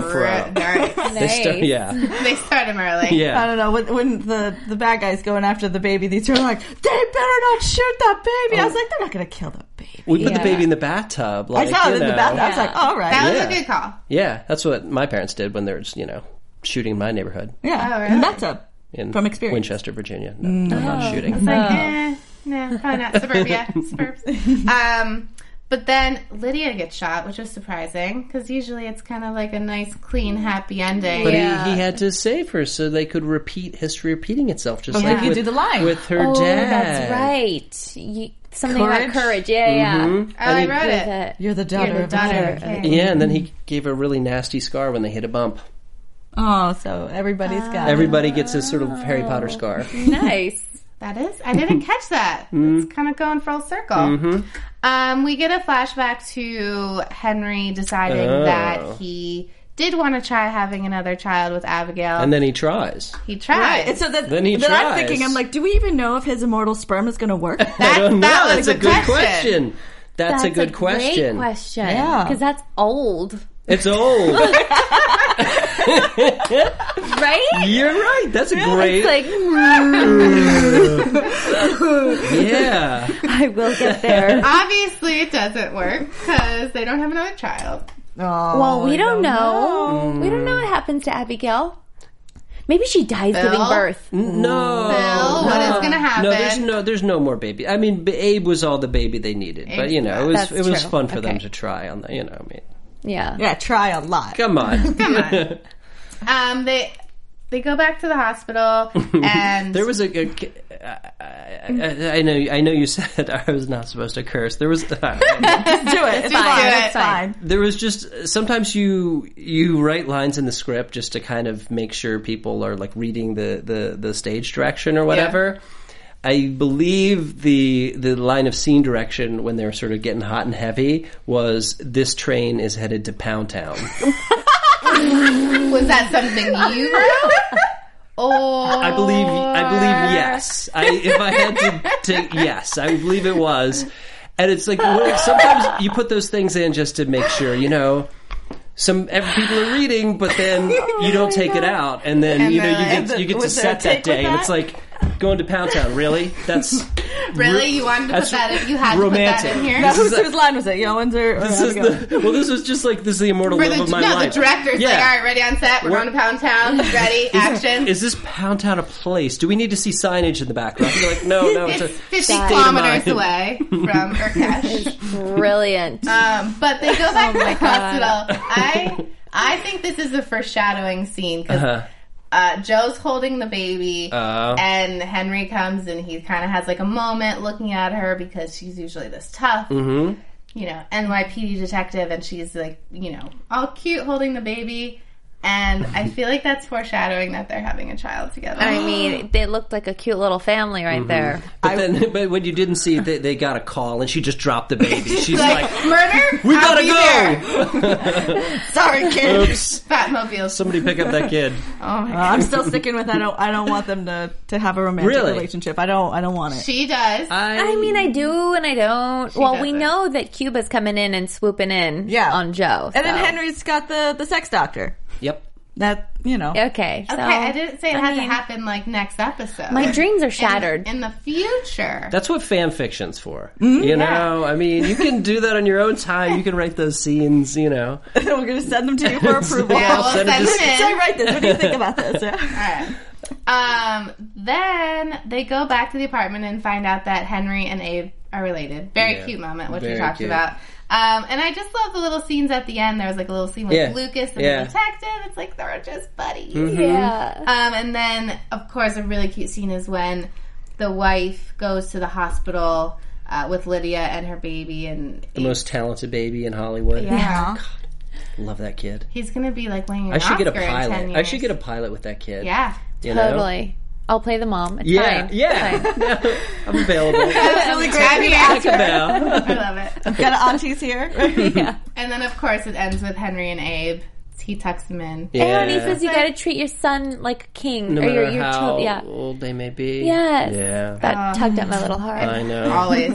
D: pro.
C: right.
D: They start-
E: Nice.
D: yeah,
C: they start him early.
F: I
D: yeah.
F: don't know when, when the the bad guys going after the baby. These two are like, they better not shoot that baby.
D: Oh.
F: I was like, they're not gonna kill the baby.
D: We put
E: Yeah.
D: the baby in the bathtub.
F: I
D: Like,
F: saw it
D: you
F: in the
D: know.
F: bathroom. I was like, all right,
C: That was
D: Yeah.
C: a good call.
D: Yeah, that's what my parents did when they were, you know, shooting in my neighborhood
F: yeah,
C: Oh,
F: in the
C: really?
F: bathtub.
D: in
F: From experience.
D: Winchester, Virginia. No, I'm not shooting.
C: Like, eh, Nah, probably not. Suburbia. Suburbs. Um, but then Lydia gets shot, which was surprising because usually it's kind of like a nice, clean, happy ending.
D: But he, he had to save her so they could repeat history repeating itself, just like
F: you
D: with,
F: do the line.
D: with her
E: oh,
D: dad.
E: that's right. You, something
F: Courage?
E: about courage. Yeah,
D: Mm-hmm.
C: oh, I wrote
E: yeah.
C: it.
E: With it.
F: You're the daughter,
C: You're the
F: of
C: daughter
F: daughter.
C: of King.
D: Yeah, and then he gave a really nasty scar when they hit a bump.
F: Oh, so everybody's
C: Uh,
F: got it.
D: Everybody gets a sort of Harry Potter scar.
E: Nice.
C: That is, I didn't catch that.
D: Mm-hmm.
C: It's kind of going full circle. Um, we get a flashback to Henry deciding
D: Oh.
C: that he did want to try having another child with Abigail.
D: And then he tries.
C: he tried.
F: Right. And so that,
D: Then he
F: that I'm
D: tries.
F: thinking, I'm like, do we even know if his immortal sperm is going to work? Oh,
C: That-
D: I don't know.
C: that
D: That's
C: was
D: a good question. That's, a good
E: Great
D: question.
E: question.
F: Yeah.
E: because that's old,
D: It's old.
E: right?
D: You're right. That's a great.
E: It's like
D: yeah.
E: I will get there.
C: Obviously, it doesn't work because they don't have another child.
F: Oh,
E: Well, we
F: I
E: don't know. We don't know what happens to Abigail. Maybe she dies giving birth.
D: No.
C: Bill, what is going to happen?
D: Oh, No, there's no, there's no more baby. I mean, B- Abe was all the baby they needed, but you know, it was
E: That's
D: it was
E: true.
D: fun for them
E: Okay.
D: to try on the, you know, I mean,
E: Yeah.
F: Yeah, try a lot.
D: come on.
C: Um, they they go back to the hospital, and
D: There was a. a- I- I- I know. I know you said I was not supposed to curse. There was.
F: Just do it. It's
C: just
F: fine.
C: do it.
F: It's fine.
D: there was just sometimes you you write lines in the script just to kind of make sure people are like reading the the, the stage direction or whatever. I believe the the line of scene direction when they were sort of getting hot and heavy was this train is headed to Pound Town.
C: was that something you wrote? Or
D: I believe I believe yes. I if I had to take yes, I believe it was. And it's like well, sometimes you put those things in just to make sure, you know. Some ev- people are reading, but then
C: Oh
D: you don't take it out, and then you know you
C: then-
D: get you get to
F: was there a
D: set that
F: take with
D: day, and it's
F: that?
D: like going to Pound Town. Really? That's
C: really you wanted to put
D: That's
C: that in, you had to
D: romantic.
C: put that in here.
F: Now,
D: is
F: whose,
D: a-
F: whose line was it? Yeoman's or, or
D: this is
F: Abigail's?
D: the well. This was just like this is the immortal
C: For
D: love
C: the,
D: of my
C: no,
D: life.
C: the director's
D: yeah.
C: like, all right, ready on set, we're,
D: We're-
C: going to Pound Town, ready, action.
D: Is this Pound Town a place? Do we need to see signage in the background? You're like, no, no.
C: it's
D: It's, a
C: 50
D: state of
C: kilometers
D: mind.
C: away from Urkesh.
E: Brilliant.
C: Um, but they go
E: Oh
C: back to the hospital. I I think this is a foreshadowing scene because
D: Uh-huh.
C: uh Joe's holding the baby,
D: Uh.
C: and Henry comes and he kind of has like a moment looking at her because she's usually this tough,
D: Mm-hmm.
C: you know, NYPD detective, and she's like, you know, all cute holding the baby. And I feel like that's foreshadowing that they're having a child together.
E: I mean, they looked like a cute little family right there.
D: But then, but when you didn't see, it, they, they got a call, and she just dropped the baby. She's like,
C: murder.
D: "We
C: I'll
D: gotta
C: be
D: go."
C: there.
F: Sorry, kid.
D: Oops!
C: Batmobile.
D: Somebody pick up that kid.
C: oh
E: Uh-huh.
C: my
F: I'm still sticking with I don't. I don't want them to to have a romantic
D: Really?
F: relationship. I don't. I don't want it.
C: She does.
E: I mean, I do and I don't. well, we
C: doesn't.
E: know that Cuba's coming in and swooping in
F: Yeah.
E: on Joe.
F: and then
E: so-
F: Henry's got the the sex doctor.
D: Yep.
F: That you know.
E: Okay. So
C: Okay, I didn't say it had
E: mean-
C: to happen like next episode.
E: my dreams are shattered.
C: in the future.
D: That's what fan fiction's for. you know, I mean, you can do that on your own time. You can write those scenes. You know,
F: We're gonna send them to you for approval.
C: yeah, we'll
D: Send
C: send
D: it
C: them
D: to-
C: in.
F: So I write this. What do you think about this? Yeah.
C: Alright. Um, then they go back to the apartment and find out that Henry and Abe are related. Very
D: Yeah.
C: cute moment, which we
D: Very
C: talked
D: cute.
C: about. Um, and I just love the little scenes at the end. There was like a little scene with
D: Yeah.
C: Lucas and
D: Yeah. Mm-hmm.
C: the detective. It's like they're just buddies.
E: yeah.
C: Um, and then, of course, a really cute scene is when the wife goes to the hospital uh, with Lydia and her baby, and
D: the most talented baby in Hollywood.
F: Yeah.
D: Love that kid.
C: he's gonna be like winning an
D: I should get a
C: Oscar in 10
D: pilot.
C: years.
D: I should get a pilot with that kid.
C: Yeah.
D: You know?
E: Totally. I'll play the mom. It's
D: Yeah.
E: fine. It's
D: Yeah.
E: fine.
D: No, I'm available.
C: really great. I
D: Check it out.
C: love it.
F: Got an aunties here.
C: And then, of course, it ends with Henry and Abe. He tucks him in.
E: And he
D: Yeah.
E: says you got to treat your son like a king
D: no
E: or your,
D: matter
E: your
D: how
E: child. Yeah.
D: old they may be.
E: Yes.
D: Yeah.
C: Um,
E: That tugged at my little heart.
D: I know.
C: Always.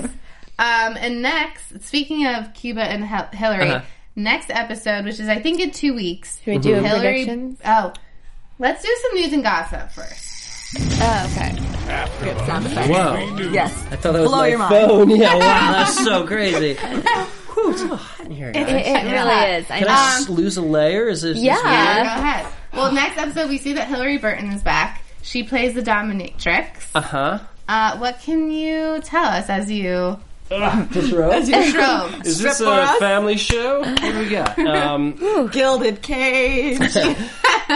C: um, and next, speaking of Cuba and Hel- Hillary,
D: Uh-huh.
C: next episode, which is I think in two weeks,
E: Should we
D: mm-hmm.
E: do
C: Hillary.
E: predictions?
C: Oh, let's do some news and gossip first.
E: Oh, okay.
D: Whoa.
F: yes.
D: I thought that was
F: Blow
D: my
F: your mind.
D: phone. Yeah, wow, that's so crazy. Whew, it's so hot in here, guys.
E: It, it really is. I
D: Can
E: know.
D: I s- lose a layer? Is this
E: yeah.
C: Yeah, go ahead. Well, next episode, we see that Hillary Burton is back. She plays the dominatrix.
D: Uh huh.
C: Uh, what can you tell us as you
D: Disrobe?
C: strobe?
D: Is this
F: for
D: a
F: us?
D: family show? What do we got? Um,
F: Gilded cage.
D: um,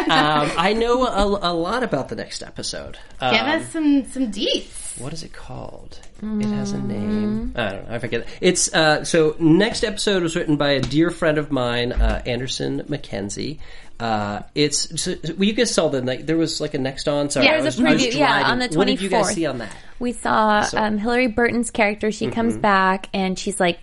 D: I know a, a lot about the next episode. Um,
C: Give us some some deets.
D: what is it called? It has a
E: Mm.
D: name. I don't know. I forget. It's uh, so next episode was written by a dear friend of mine, uh, Anderson McKenzie. Uh, it's so, well, you guys saw the like there was like a next on. Sorry,
E: Yeah,
D: I
E: there was a
D: was- I was
E: preview, yeah,
D: driving.
E: on the
D: What did you guys
E: 24th?
D: see on that?
E: We saw um, Hillary Burton's character. She comes
D: Mm-hmm.
E: back and she's like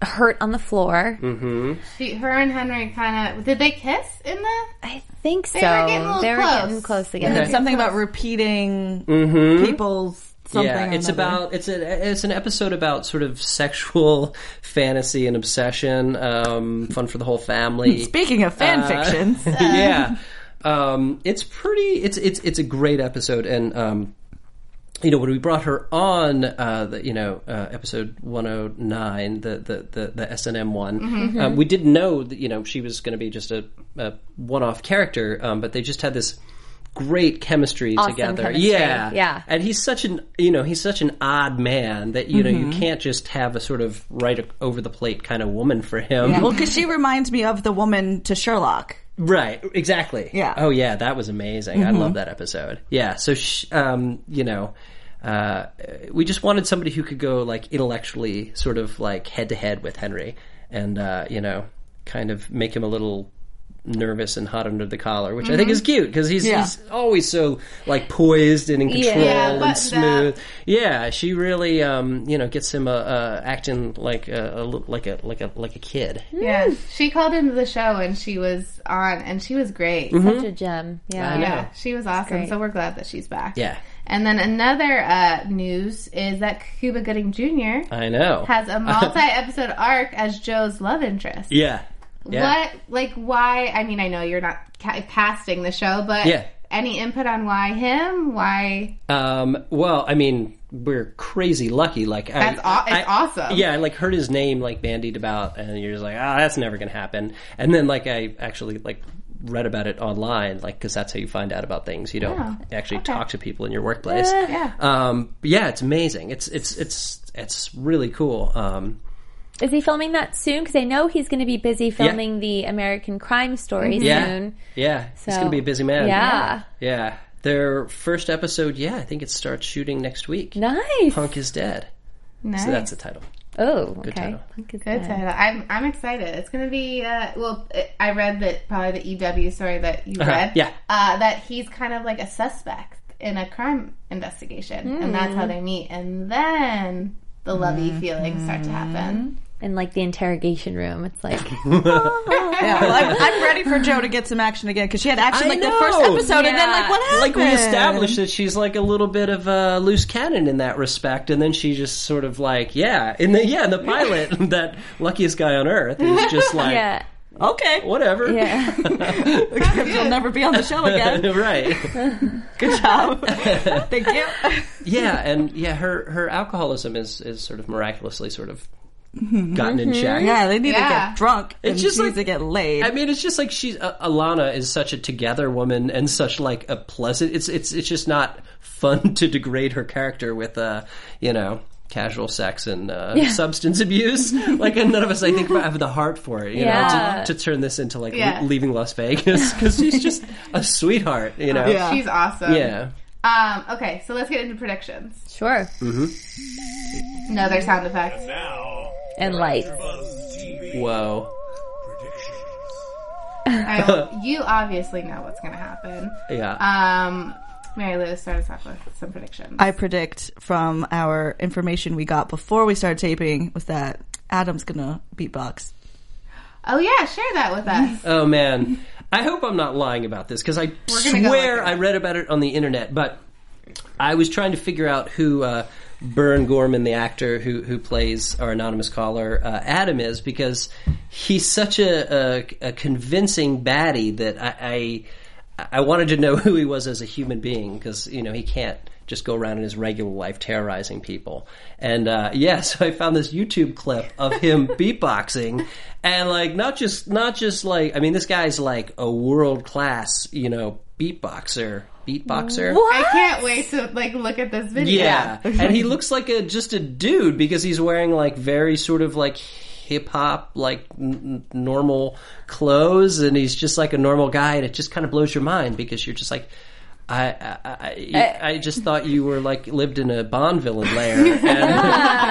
E: hurt on the floor.
D: Mm.
C: She, her and Henry kind of did they kiss in the?
D: Mm.
E: I think so.
C: They were getting a little
E: They were
C: close.
E: getting close
F: And
E: together.
F: something about repeating people's something.
D: Mm-hmm. Yeah,
F: or
D: it's
F: another.
D: about it's a it's an episode about sort of sexual fantasy and obsession. Um, fun for the whole family.
F: Speaking of
D: uh,
F: fan fictions,
D: yeah. Um, it's pretty. It's it's it's a great episode, and um, you know when we brought her on, uh, the, you know uh, episode one hundred nine, the the the, the S and M one,
E: Mm-hmm.
D: um, we didn't know that you know she was going to be just a, a one off character, um, but they just had this great chemistry
E: Awesome
D: together.
E: chemistry.
D: Yeah,
E: Yeah.
D: And he's such an you know he's such an odd man that you know
E: Mm-hmm.
D: you can't just have a sort of right o- over the plate kind of woman for him.
F: well, because she reminds me of the woman to Sherlock.
D: Right, exactly.
F: Yeah.
D: Oh, yeah, that was amazing. I love that episode. Yeah, so, sh- um, you know, uh, we just wanted somebody who could go, like, intellectually, sort of, like, head to head with Henry and, uh, you know, kind of make him a little nervous and hot under the collar, which I think is cute because he's,
F: Yeah.
D: he's always so, like, poised and in control
E: Yeah,
C: but
D: and smooth. Yeah, she really, um, you know, gets him uh, uh, acting like uh, a, a, li- like a, like a, like a kid.
C: Yeah, she called into the show and she was on, and she was great.
D: Mm-hmm.
E: Such a gem. Yeah.
C: Yeah, she was awesome.
E: great.
C: So we're glad that she's back.
D: Yeah.
C: And then another uh, news is that Cuba Gooding Jr.
D: I know.
C: has a multi-episode arc as Joe's love interest.
D: yeah. Yeah.
C: What, like, why? I mean, I know you're not ca- casting the show, but
D: Yeah.
C: any input on why him? Why?
D: Um, well, I mean, we're crazy lucky. Like
C: That's
D: I,
C: aw- it's
D: I-
C: awesome.
D: Yeah, I like heard his name like bandied about, and you're just like, ah, that's never gonna happen. And then like I actually like read about it online, like because that's how you find out about things. You don't actually talk to people in your workplace.
C: Yeah.
D: Um, but yeah, it's amazing. It's it's it's it's really cool. Um,
E: Is he filming that soon? Because I know he's going to be busy filming the American Crime Story
D: Mm-hmm. yeah,
E: soon.
D: yeah. He's
E: So-
D: gonna be a busy man.
E: Yeah.
D: yeah. Their first episode, yeah, I think it starts shooting next week.
E: Nice.
D: Punk is dead.
C: Nice.
D: So that's the title.
E: Oh, okay.
D: title.
E: Punk is
C: Good
E: dead.
C: title. I'm I'm excited. It's gonna be uh, well. I read that probably the EW story that you read.
D: Uh-huh. yeah.
C: Uh, that he's kind of like a suspect in a crime investigation, and that's how they meet. And then the lovey feelings start to happen.
E: And like the interrogation room. It's like,
F: Yeah, well, I'm, I'm ready for Joe to get some action again because she had action
D: I
F: like the first
D: know.
F: episode, and then like what happened?
D: like we established that she's like a little bit of a loose cannon in that respect, and then she just sort of like yeah, in the yeah in the pilot that luckiest guy on earth is just like
E: yeah.
F: Okay,
D: whatever.
E: Yeah.
F: you'll never be on the show again.
D: right.
F: Good job. Thank you.
D: Yeah, and yeah, her her alcoholism is is sort of miraculously sort of
E: Mm-hmm.
D: gotten in check.
F: Yeah, they need to
C: Yeah.
F: get drunk. and
D: just
F: she
D: like-
F: needs to get laid.
D: I mean, it's just like she's uh, Alana is such a together woman and such like a pleasant. It's it's it's just not fun to degrade her character with uh you know casual sex and uh, substance abuse. like and none of us, I think, have the heart for it. You
E: Yeah.
D: know, to, to turn this into like
C: Yeah.
D: le- leaving Las Vegas because she's just a sweetheart. You know. Yeah.
C: She's awesome.
D: Yeah.
C: Um. Okay. So let's get into predictions.
E: Sure.
D: Mm.
C: Another sound effects.
A: Now,
E: And lights.
D: Whoa.
C: I will- you obviously know what's gonna happen.
D: Yeah.
C: Um. Mary Lou, start us off with some predictions.
F: I predict from our information we got before we started taping was that Adam's gonna beatbox.
C: oh yeah, share that with us.
D: Oh man, I hope I'm not lying about this because I
C: gonna go
D: swear
C: look it
D: I
C: up.
D: read about it on the internet. But I was trying to figure out who uh, Bern Gorman, the actor who who plays our anonymous caller uh, Adam, is because he's such a, a, a convincing baddie that I, I I wanted to know who he was as a human being because you know he can't. Just go around in his regular life terrorizing people, and uh, yeah. So I found this YouTube clip of him beatboxing, and like not just not just like I mean this guy's like a world class you know beatboxer beatboxer.
C: I can't wait to like look at this video.
D: Yeah, and he looks like a just a dude because he's wearing like very sort of like hip hop like n- n- normal clothes, and he's just like a normal guy, and it just kind of blows your mind because you're just like. I, I I I just thought you were like lived in a Bond villain lair and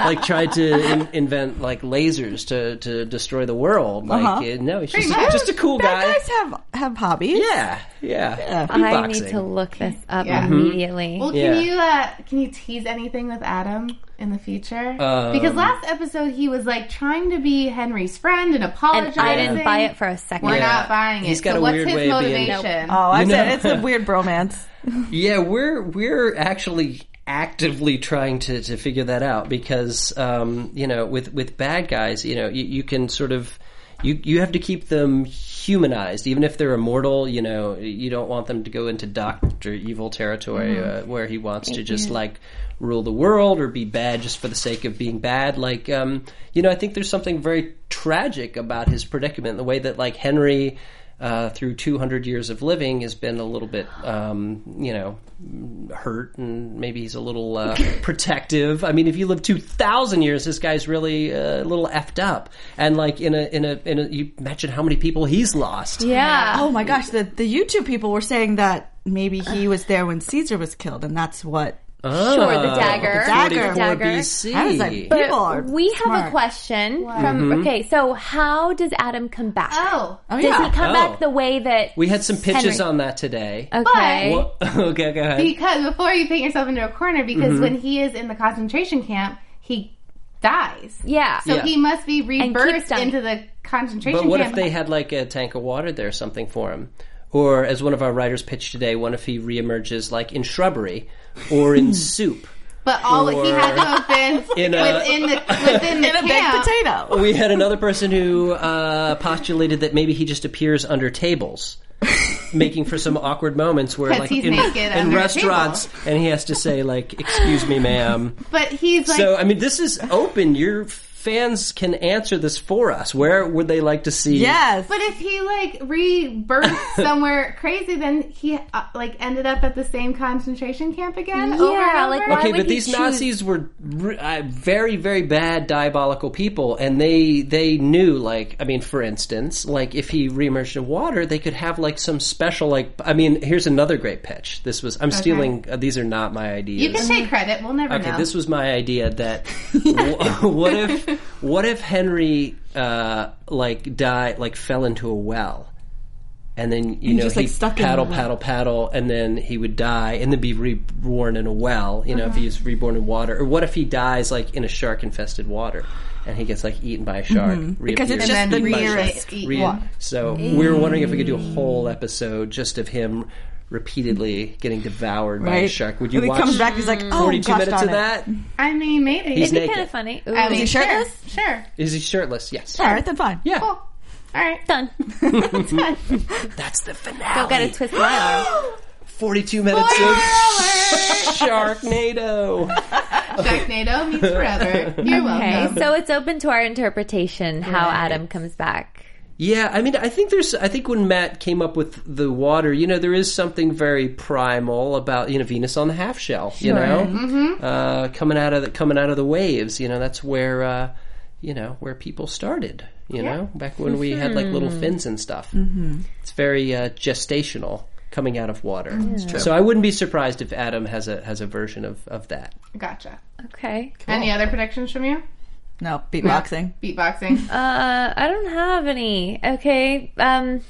D: like tried to in, invent like lasers to, to destroy the world. Like uh, no, he's just, just a cool
B: Bad
D: guy.
B: guys have have hobbies.
D: Yeah, yeah.
E: I
D: Beatboxing.
E: need to look this up
C: Yeah.
D: Mm-hmm.
C: Mhm.
E: immediately.
C: Well,
D: Yeah.
C: can you uh, can you tease anything with Adam in the future? because
D: Um,
C: last episode he was like trying to be Henry's friend and apologizing.
E: and I didn't buy it for a 2nd
C: We're
D: Yeah.
C: not buying it.
D: He's got
C: so
D: a
C: what's
D: weird
C: his
D: way of being-
C: motivation?
B: Oh, I
D: You
B: said
D: know-
B: it's a weird bromance.
D: Yeah, we're we're actually actively trying to, to figure that out because um, you know with with bad guys, you know you, you can sort of you you have to keep them humanized, even if they're immortal. You know you don't want them to go into Doctor Evil territory uh, where he wants to just like rule the world or be bad just for the sake of being bad. Like um, you know, I think there's something very tragic about his predicament, the way that like Henry uh, through 200 years of living has been a little bit, um, you know, hurt and maybe he's a little uh, protective. I mean, if you live 2,000 years, this guy's really uh, a little effed up. And like in a, in a, in a, you imagine how many people he's lost.
E: yeah.
B: Oh my gosh, the the YouTube people were saying that maybe he was there when Caesar was killed, and that's what.
E: Sure,
D: Uh,
E: the dagger.
B: dagger.
D: 44 BC.
B: I was like,
E: But
B: people are.
E: we have a
B: smart.
E: question from
D: Mm-hmm.
E: okay. So how does Adam come back?
C: Oh,
E: does he come
D: Oh.
E: back the way that
D: we had some pitches
E: Henry.
D: on that today.
E: Okay.
D: Wha- okay, go ahead.
C: because before you paint yourself into a corner, because
D: Mm-hmm.
C: when he is in the concentration camp, he dies.
E: yeah.
C: So
D: Yeah.
C: he must be rebirthed
E: dying.
C: into the concentration
D: But what
C: camp.
D: if they had like a tank of water there or something for him? Or as one of our writers pitched today, what if he reemerges like in shrubbery or in soup?
C: but all he had to have been
D: In a-
C: within the within the
B: in a
C: camp.
B: baked potato.
D: We had another person who uh, postulated that maybe he just appears under tables. Making for some awkward moments where,
C: 'Cause
D: like
C: he's
D: in,
C: naked
D: in
C: under a
D: restaurants, and he has to say, like, "Excuse me, ma'am."
C: But he's like
D: so, I mean, this is open. Your fans can answer this for us. Where would they like to see?
B: Yes.
C: But if he like rebirthed somewhere crazy, then he uh, like ended up at the same concentration camp again.
E: Yeah,
C: over and
E: like,
C: over?
E: why
D: Okay,
E: would
D: but
E: he
D: these
E: choose-
D: Nazis were re- uh, very, very bad, diabolical people, and they they knew. Like, I mean, for instance, like if he reemerged in water, they could have like some special. Like, I mean, here's another great pitch. This was I'm stealing. Uh, these are not my ideas.
C: you can take credit. We'll never
D: Okay,
C: know.
D: this was my idea that w- what if what if Henry uh, like died like fell into a well, and then you know
B: just,
D: he
B: like, stuck in
D: paddle
B: the well.
D: paddle paddle, and then he would die, and then be reborn in a well. You know,
B: Uh-huh.
D: if he was reborn in water, or what if he dies like in a shark infested water, and he gets like eaten by a shark
B: Mm-hmm. Because it's
D: reappears,
B: just the
D: eaten by a shark,
B: nearest
C: eat
D: re-
C: water.
D: So
B: Mm.
D: we were wondering if we could do a whole episode just of him repeatedly getting devoured by a
B: Right.
D: shark. Would you
B: And he
D: watch?
B: comes back. He's like, oh,
D: 42
B: gosh,
D: minutes
B: darn
D: of
B: it.
D: that.
C: I mean, maybe
D: He's
E: It'd be
D: naked.
E: kind of funny. Ooh,
C: I mean,
B: he shirtless?
C: Sure. sure.
D: Is he shirtless? Yes.
B: All right, then fine.
D: Yeah.
C: Cool. All right.
E: done.
D: That's the
E: I've got
D: finale.
E: to twist my arm.
D: 42 minutes of Sharknado.
C: Sharknado meets forever. You're
E: Okay,
C: welcome.
E: so it's open to our interpretation how Adam comes back.
D: Yeah, I mean, I think there's, I think when Matt came up with the water, you know, there is something very primal about, you know, Venus on the half shell, you know, mm-hmm. uh, coming out of the, coming out of the waves, you know, that's where, uh, you know, where people started, you know, back when we had like little fins and stuff. Mm-hmm. It's very uh, gestational coming out of water. So I wouldn't be surprised if Adam has a has a version of, of that.
C: Gotcha.
E: Okay.
C: Any other predictions from you?
B: No, beatboxing.
C: Beatboxing.
E: Uh, I don't have any. Okay. Um,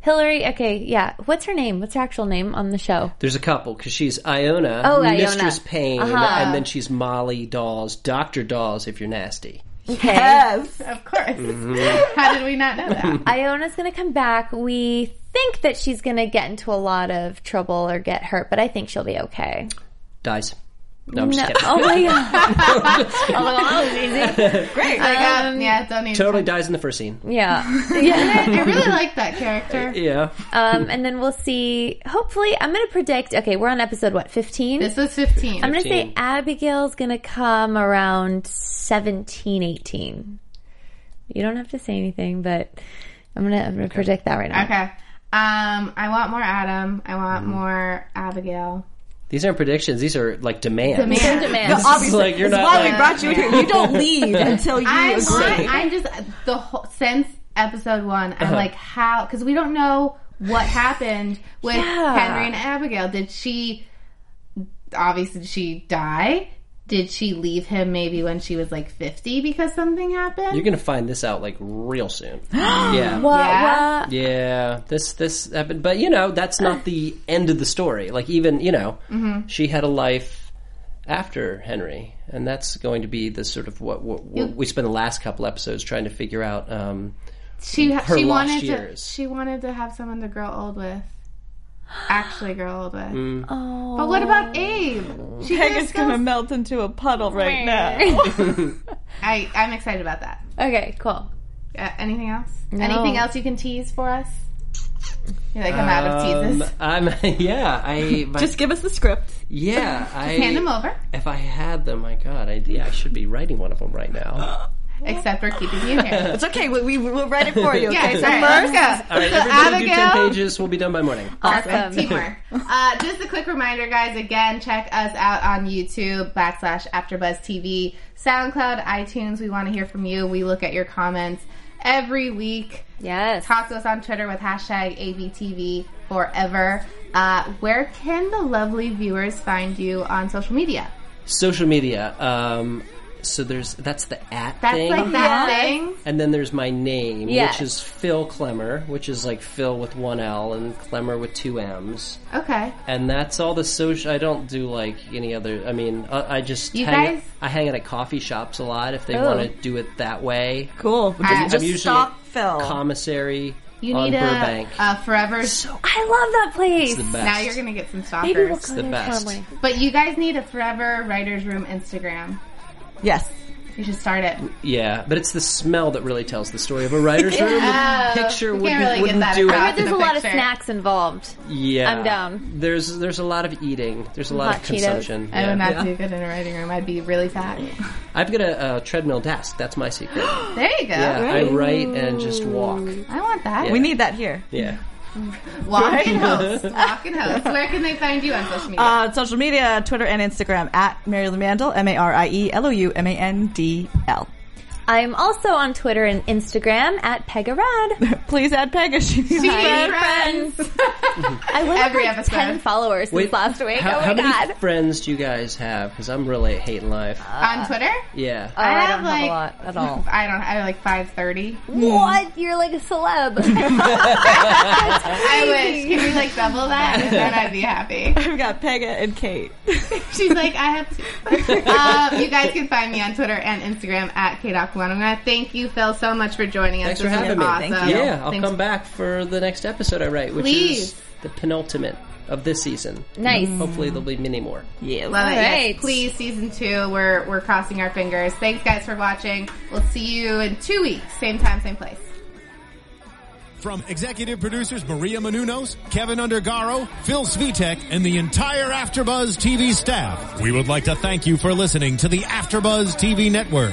E: Hillary. Okay. Yeah. What's her name? What's her actual name on the show?
D: There's a couple because she's Iona,
E: Oh, Iona. Uh-huh.
D: Mistress Payne, and then she's Molly Dawes, Doctor Dawes. If you're nasty,
E: Okay.
B: Yes.
C: of course.
D: Mm-hmm.
C: How did we not know that?
E: Iona's gonna come back. We think that she's gonna get into a lot of trouble or get hurt, but I think she'll be okay.
D: dies. No, I'm just
E: No.
D: kidding.
E: Oh my god. oh, well, that was easy.
C: Great. Like, um, yeah, don't need
D: Totally dies in the first scene.
E: Yeah. Yeah.
C: I really like that character.
D: Yeah,
E: Um, and then we'll see. Hopefully, I'm gonna predict. Okay, we're on episode what 15.
C: This was 15.
E: I'm going to say
D: 15.
E: Abigail's going to come around 17, 18. You don't have to say anything, but I'm going to I'm going to predict that right now.
C: Okay. Um, I want more Adam. I
D: Mm-hmm.
C: want more Abigail.
D: These aren't predictions. These are like demands.
C: Demand.
E: Demand.
D: It's like you're
B: That's
D: not.
B: why
D: like-
B: we brought you here. You don't leave until you
C: I
B: agree.
C: want, I'm just the whole since episode one. I'm
D: Uh-huh.
C: like how because we don't know what happened with Henry and Abigail. Did she obviously did she die? Did she leave him maybe when she was like 50 because something happened?
D: You're gonna find this out like real soon. yeah.
C: yeah.
D: Yeah, this this happened, but you know that's not the end of the story. Like even you know,
E: Mm-hmm.
D: she had a life after Henry, and that's going to be the sort of what, what, what we spent the last couple episodes trying to figure out. Um,
C: She
D: Her
C: she
D: lost
C: wanted
D: years.
C: to she wanted to have someone to grow old with. Actually grow old with.
D: Mm.
C: But what about Abe? She
F: Peg
C: could've
F: is gonna
C: still-
F: melt into a puddle right now.
C: I I'm excited about that.
E: Okay, cool.
C: Uh, anything else? Anything else you can tease for us? You're like, I'm out of teases.
D: um, I'm yeah, I my,
B: Just give us the script.
D: yeah, I
C: Hand them over,
D: If I had them, my God, I yeah, I should be writing one of them right now.
C: except we're keeping you here.
B: It's okay. We, we, we'll write it for you.
C: Yeah,
B: Okay,
C: so first, let's go.
D: All right,
C: so
D: everybody, do ten
C: Abigail,
D: pages. We'll be done by morning.
C: Perfect. Teamwork. uh, just a quick reminder, guys. Again, check us out on YouTube backslash AfterBuzz TV, SoundCloud, iTunes. We want to hear from you. We look at your comments every week.
E: Yes.
C: Talk to us on Twitter with hashtag ABTV forever. Uh, where can the lovely viewers find you on social media?
D: Social media. Um, so there's that's the at
C: That's
D: thing.
C: like that thing.
D: And then there's my name,
E: Yes.
D: which is Phil Clemmer, which is like Phil with one L and Clemmer with two M's.
C: Okay.
D: And that's all the social. I don't do like any other. I mean, uh, I, I just
C: You
D: hang,
C: guys- Oh.
D: I hang out at coffee shops a lot if they want to do it that way.
B: Cool.
C: I'm
B: Just, just
D: usually-
B: stop, Phil.
D: Commissary
C: You
D: on
C: need a,
D: Burbank.
C: a forever.
E: I love that place.
D: It's the best.
C: Now you're gonna get some
E: Maybe we'll
C: stalkers.
E: go
D: the
E: there
D: best.
E: somewhere.
C: But you guys need a forever writers room Instagram.
B: Yes.
C: You should start it.
D: yeah, but it's the smell that really tells the story of a writer's room.
C: Oh,
D: picture
C: we
D: wouldn't-
C: can't really
D: wouldn't
C: get that
D: do it.
C: across
E: But
D: I bet
C: in
E: there's
C: the
E: a lot of
C: picture.
E: snacks involved.
D: Yeah,
E: I'm down.
D: There's there's a lot of eating. There's a lot
E: Hot
D: of
E: Cheetos.
D: consumption.
C: I would
D: Yeah.
C: not do good in a writing room. I'd be really fat.
D: I've got a, uh treadmill desk. That's my secret.
C: There you go.
D: yeah, I write and just walk.
C: I want that.
B: We need that here.
D: Yeah.
C: Walk and host. Walk and host. Where can they find you on social media?
B: Uh, social media, Twitter and Instagram at Mary Lou Mandel, M A R I E L O U M A N D E L.
E: I'm also on Twitter and Instagram at Pegarad.
B: Please add Peg if she's
C: Be
E: Hi,
C: friends.
E: I went up,
C: Every
E: like
C: episode.
E: ten followers since last week.
D: How,
E: oh my
D: how many
E: god!
D: friends do you guys have? Because I'm really hating life.
C: on Twitter?
D: yeah.
E: oh, I,
C: have,
E: don't have
C: like-
E: a lot at all.
C: I don't. I have like five thirty.
E: What? You're like a celeb.
C: I wish. Can we like double that? And then I'd be happy.
B: We've got Pega and Kate.
C: She's like, I have to. Um, you guys can find me on Twitter and Instagram at KDoc1. I'm going to thank you, Phil, so much for joining us.
D: Thanks for
C: This was
D: having me.
C: Awesome.
D: Yeah, I'll
C: Thanks.
D: come back for the next episode I write, which
C: Please.
D: is the penultimate of this season.
E: nice.
D: Hopefully there'll be many more.
B: Yeah.
C: Love it.
E: All
C: Yes,
E: right.
C: please, season two. We're, we're crossing our fingers. Thanks, guys, for watching. We'll see you in two weeks. Same time, same place.
A: From executive producers Maria Manunos, Kevin Undergaro, Phil Svitek, and the entire Afterbuzz TV staff, we would like to thank you for listening to the Afterbuzz TV network.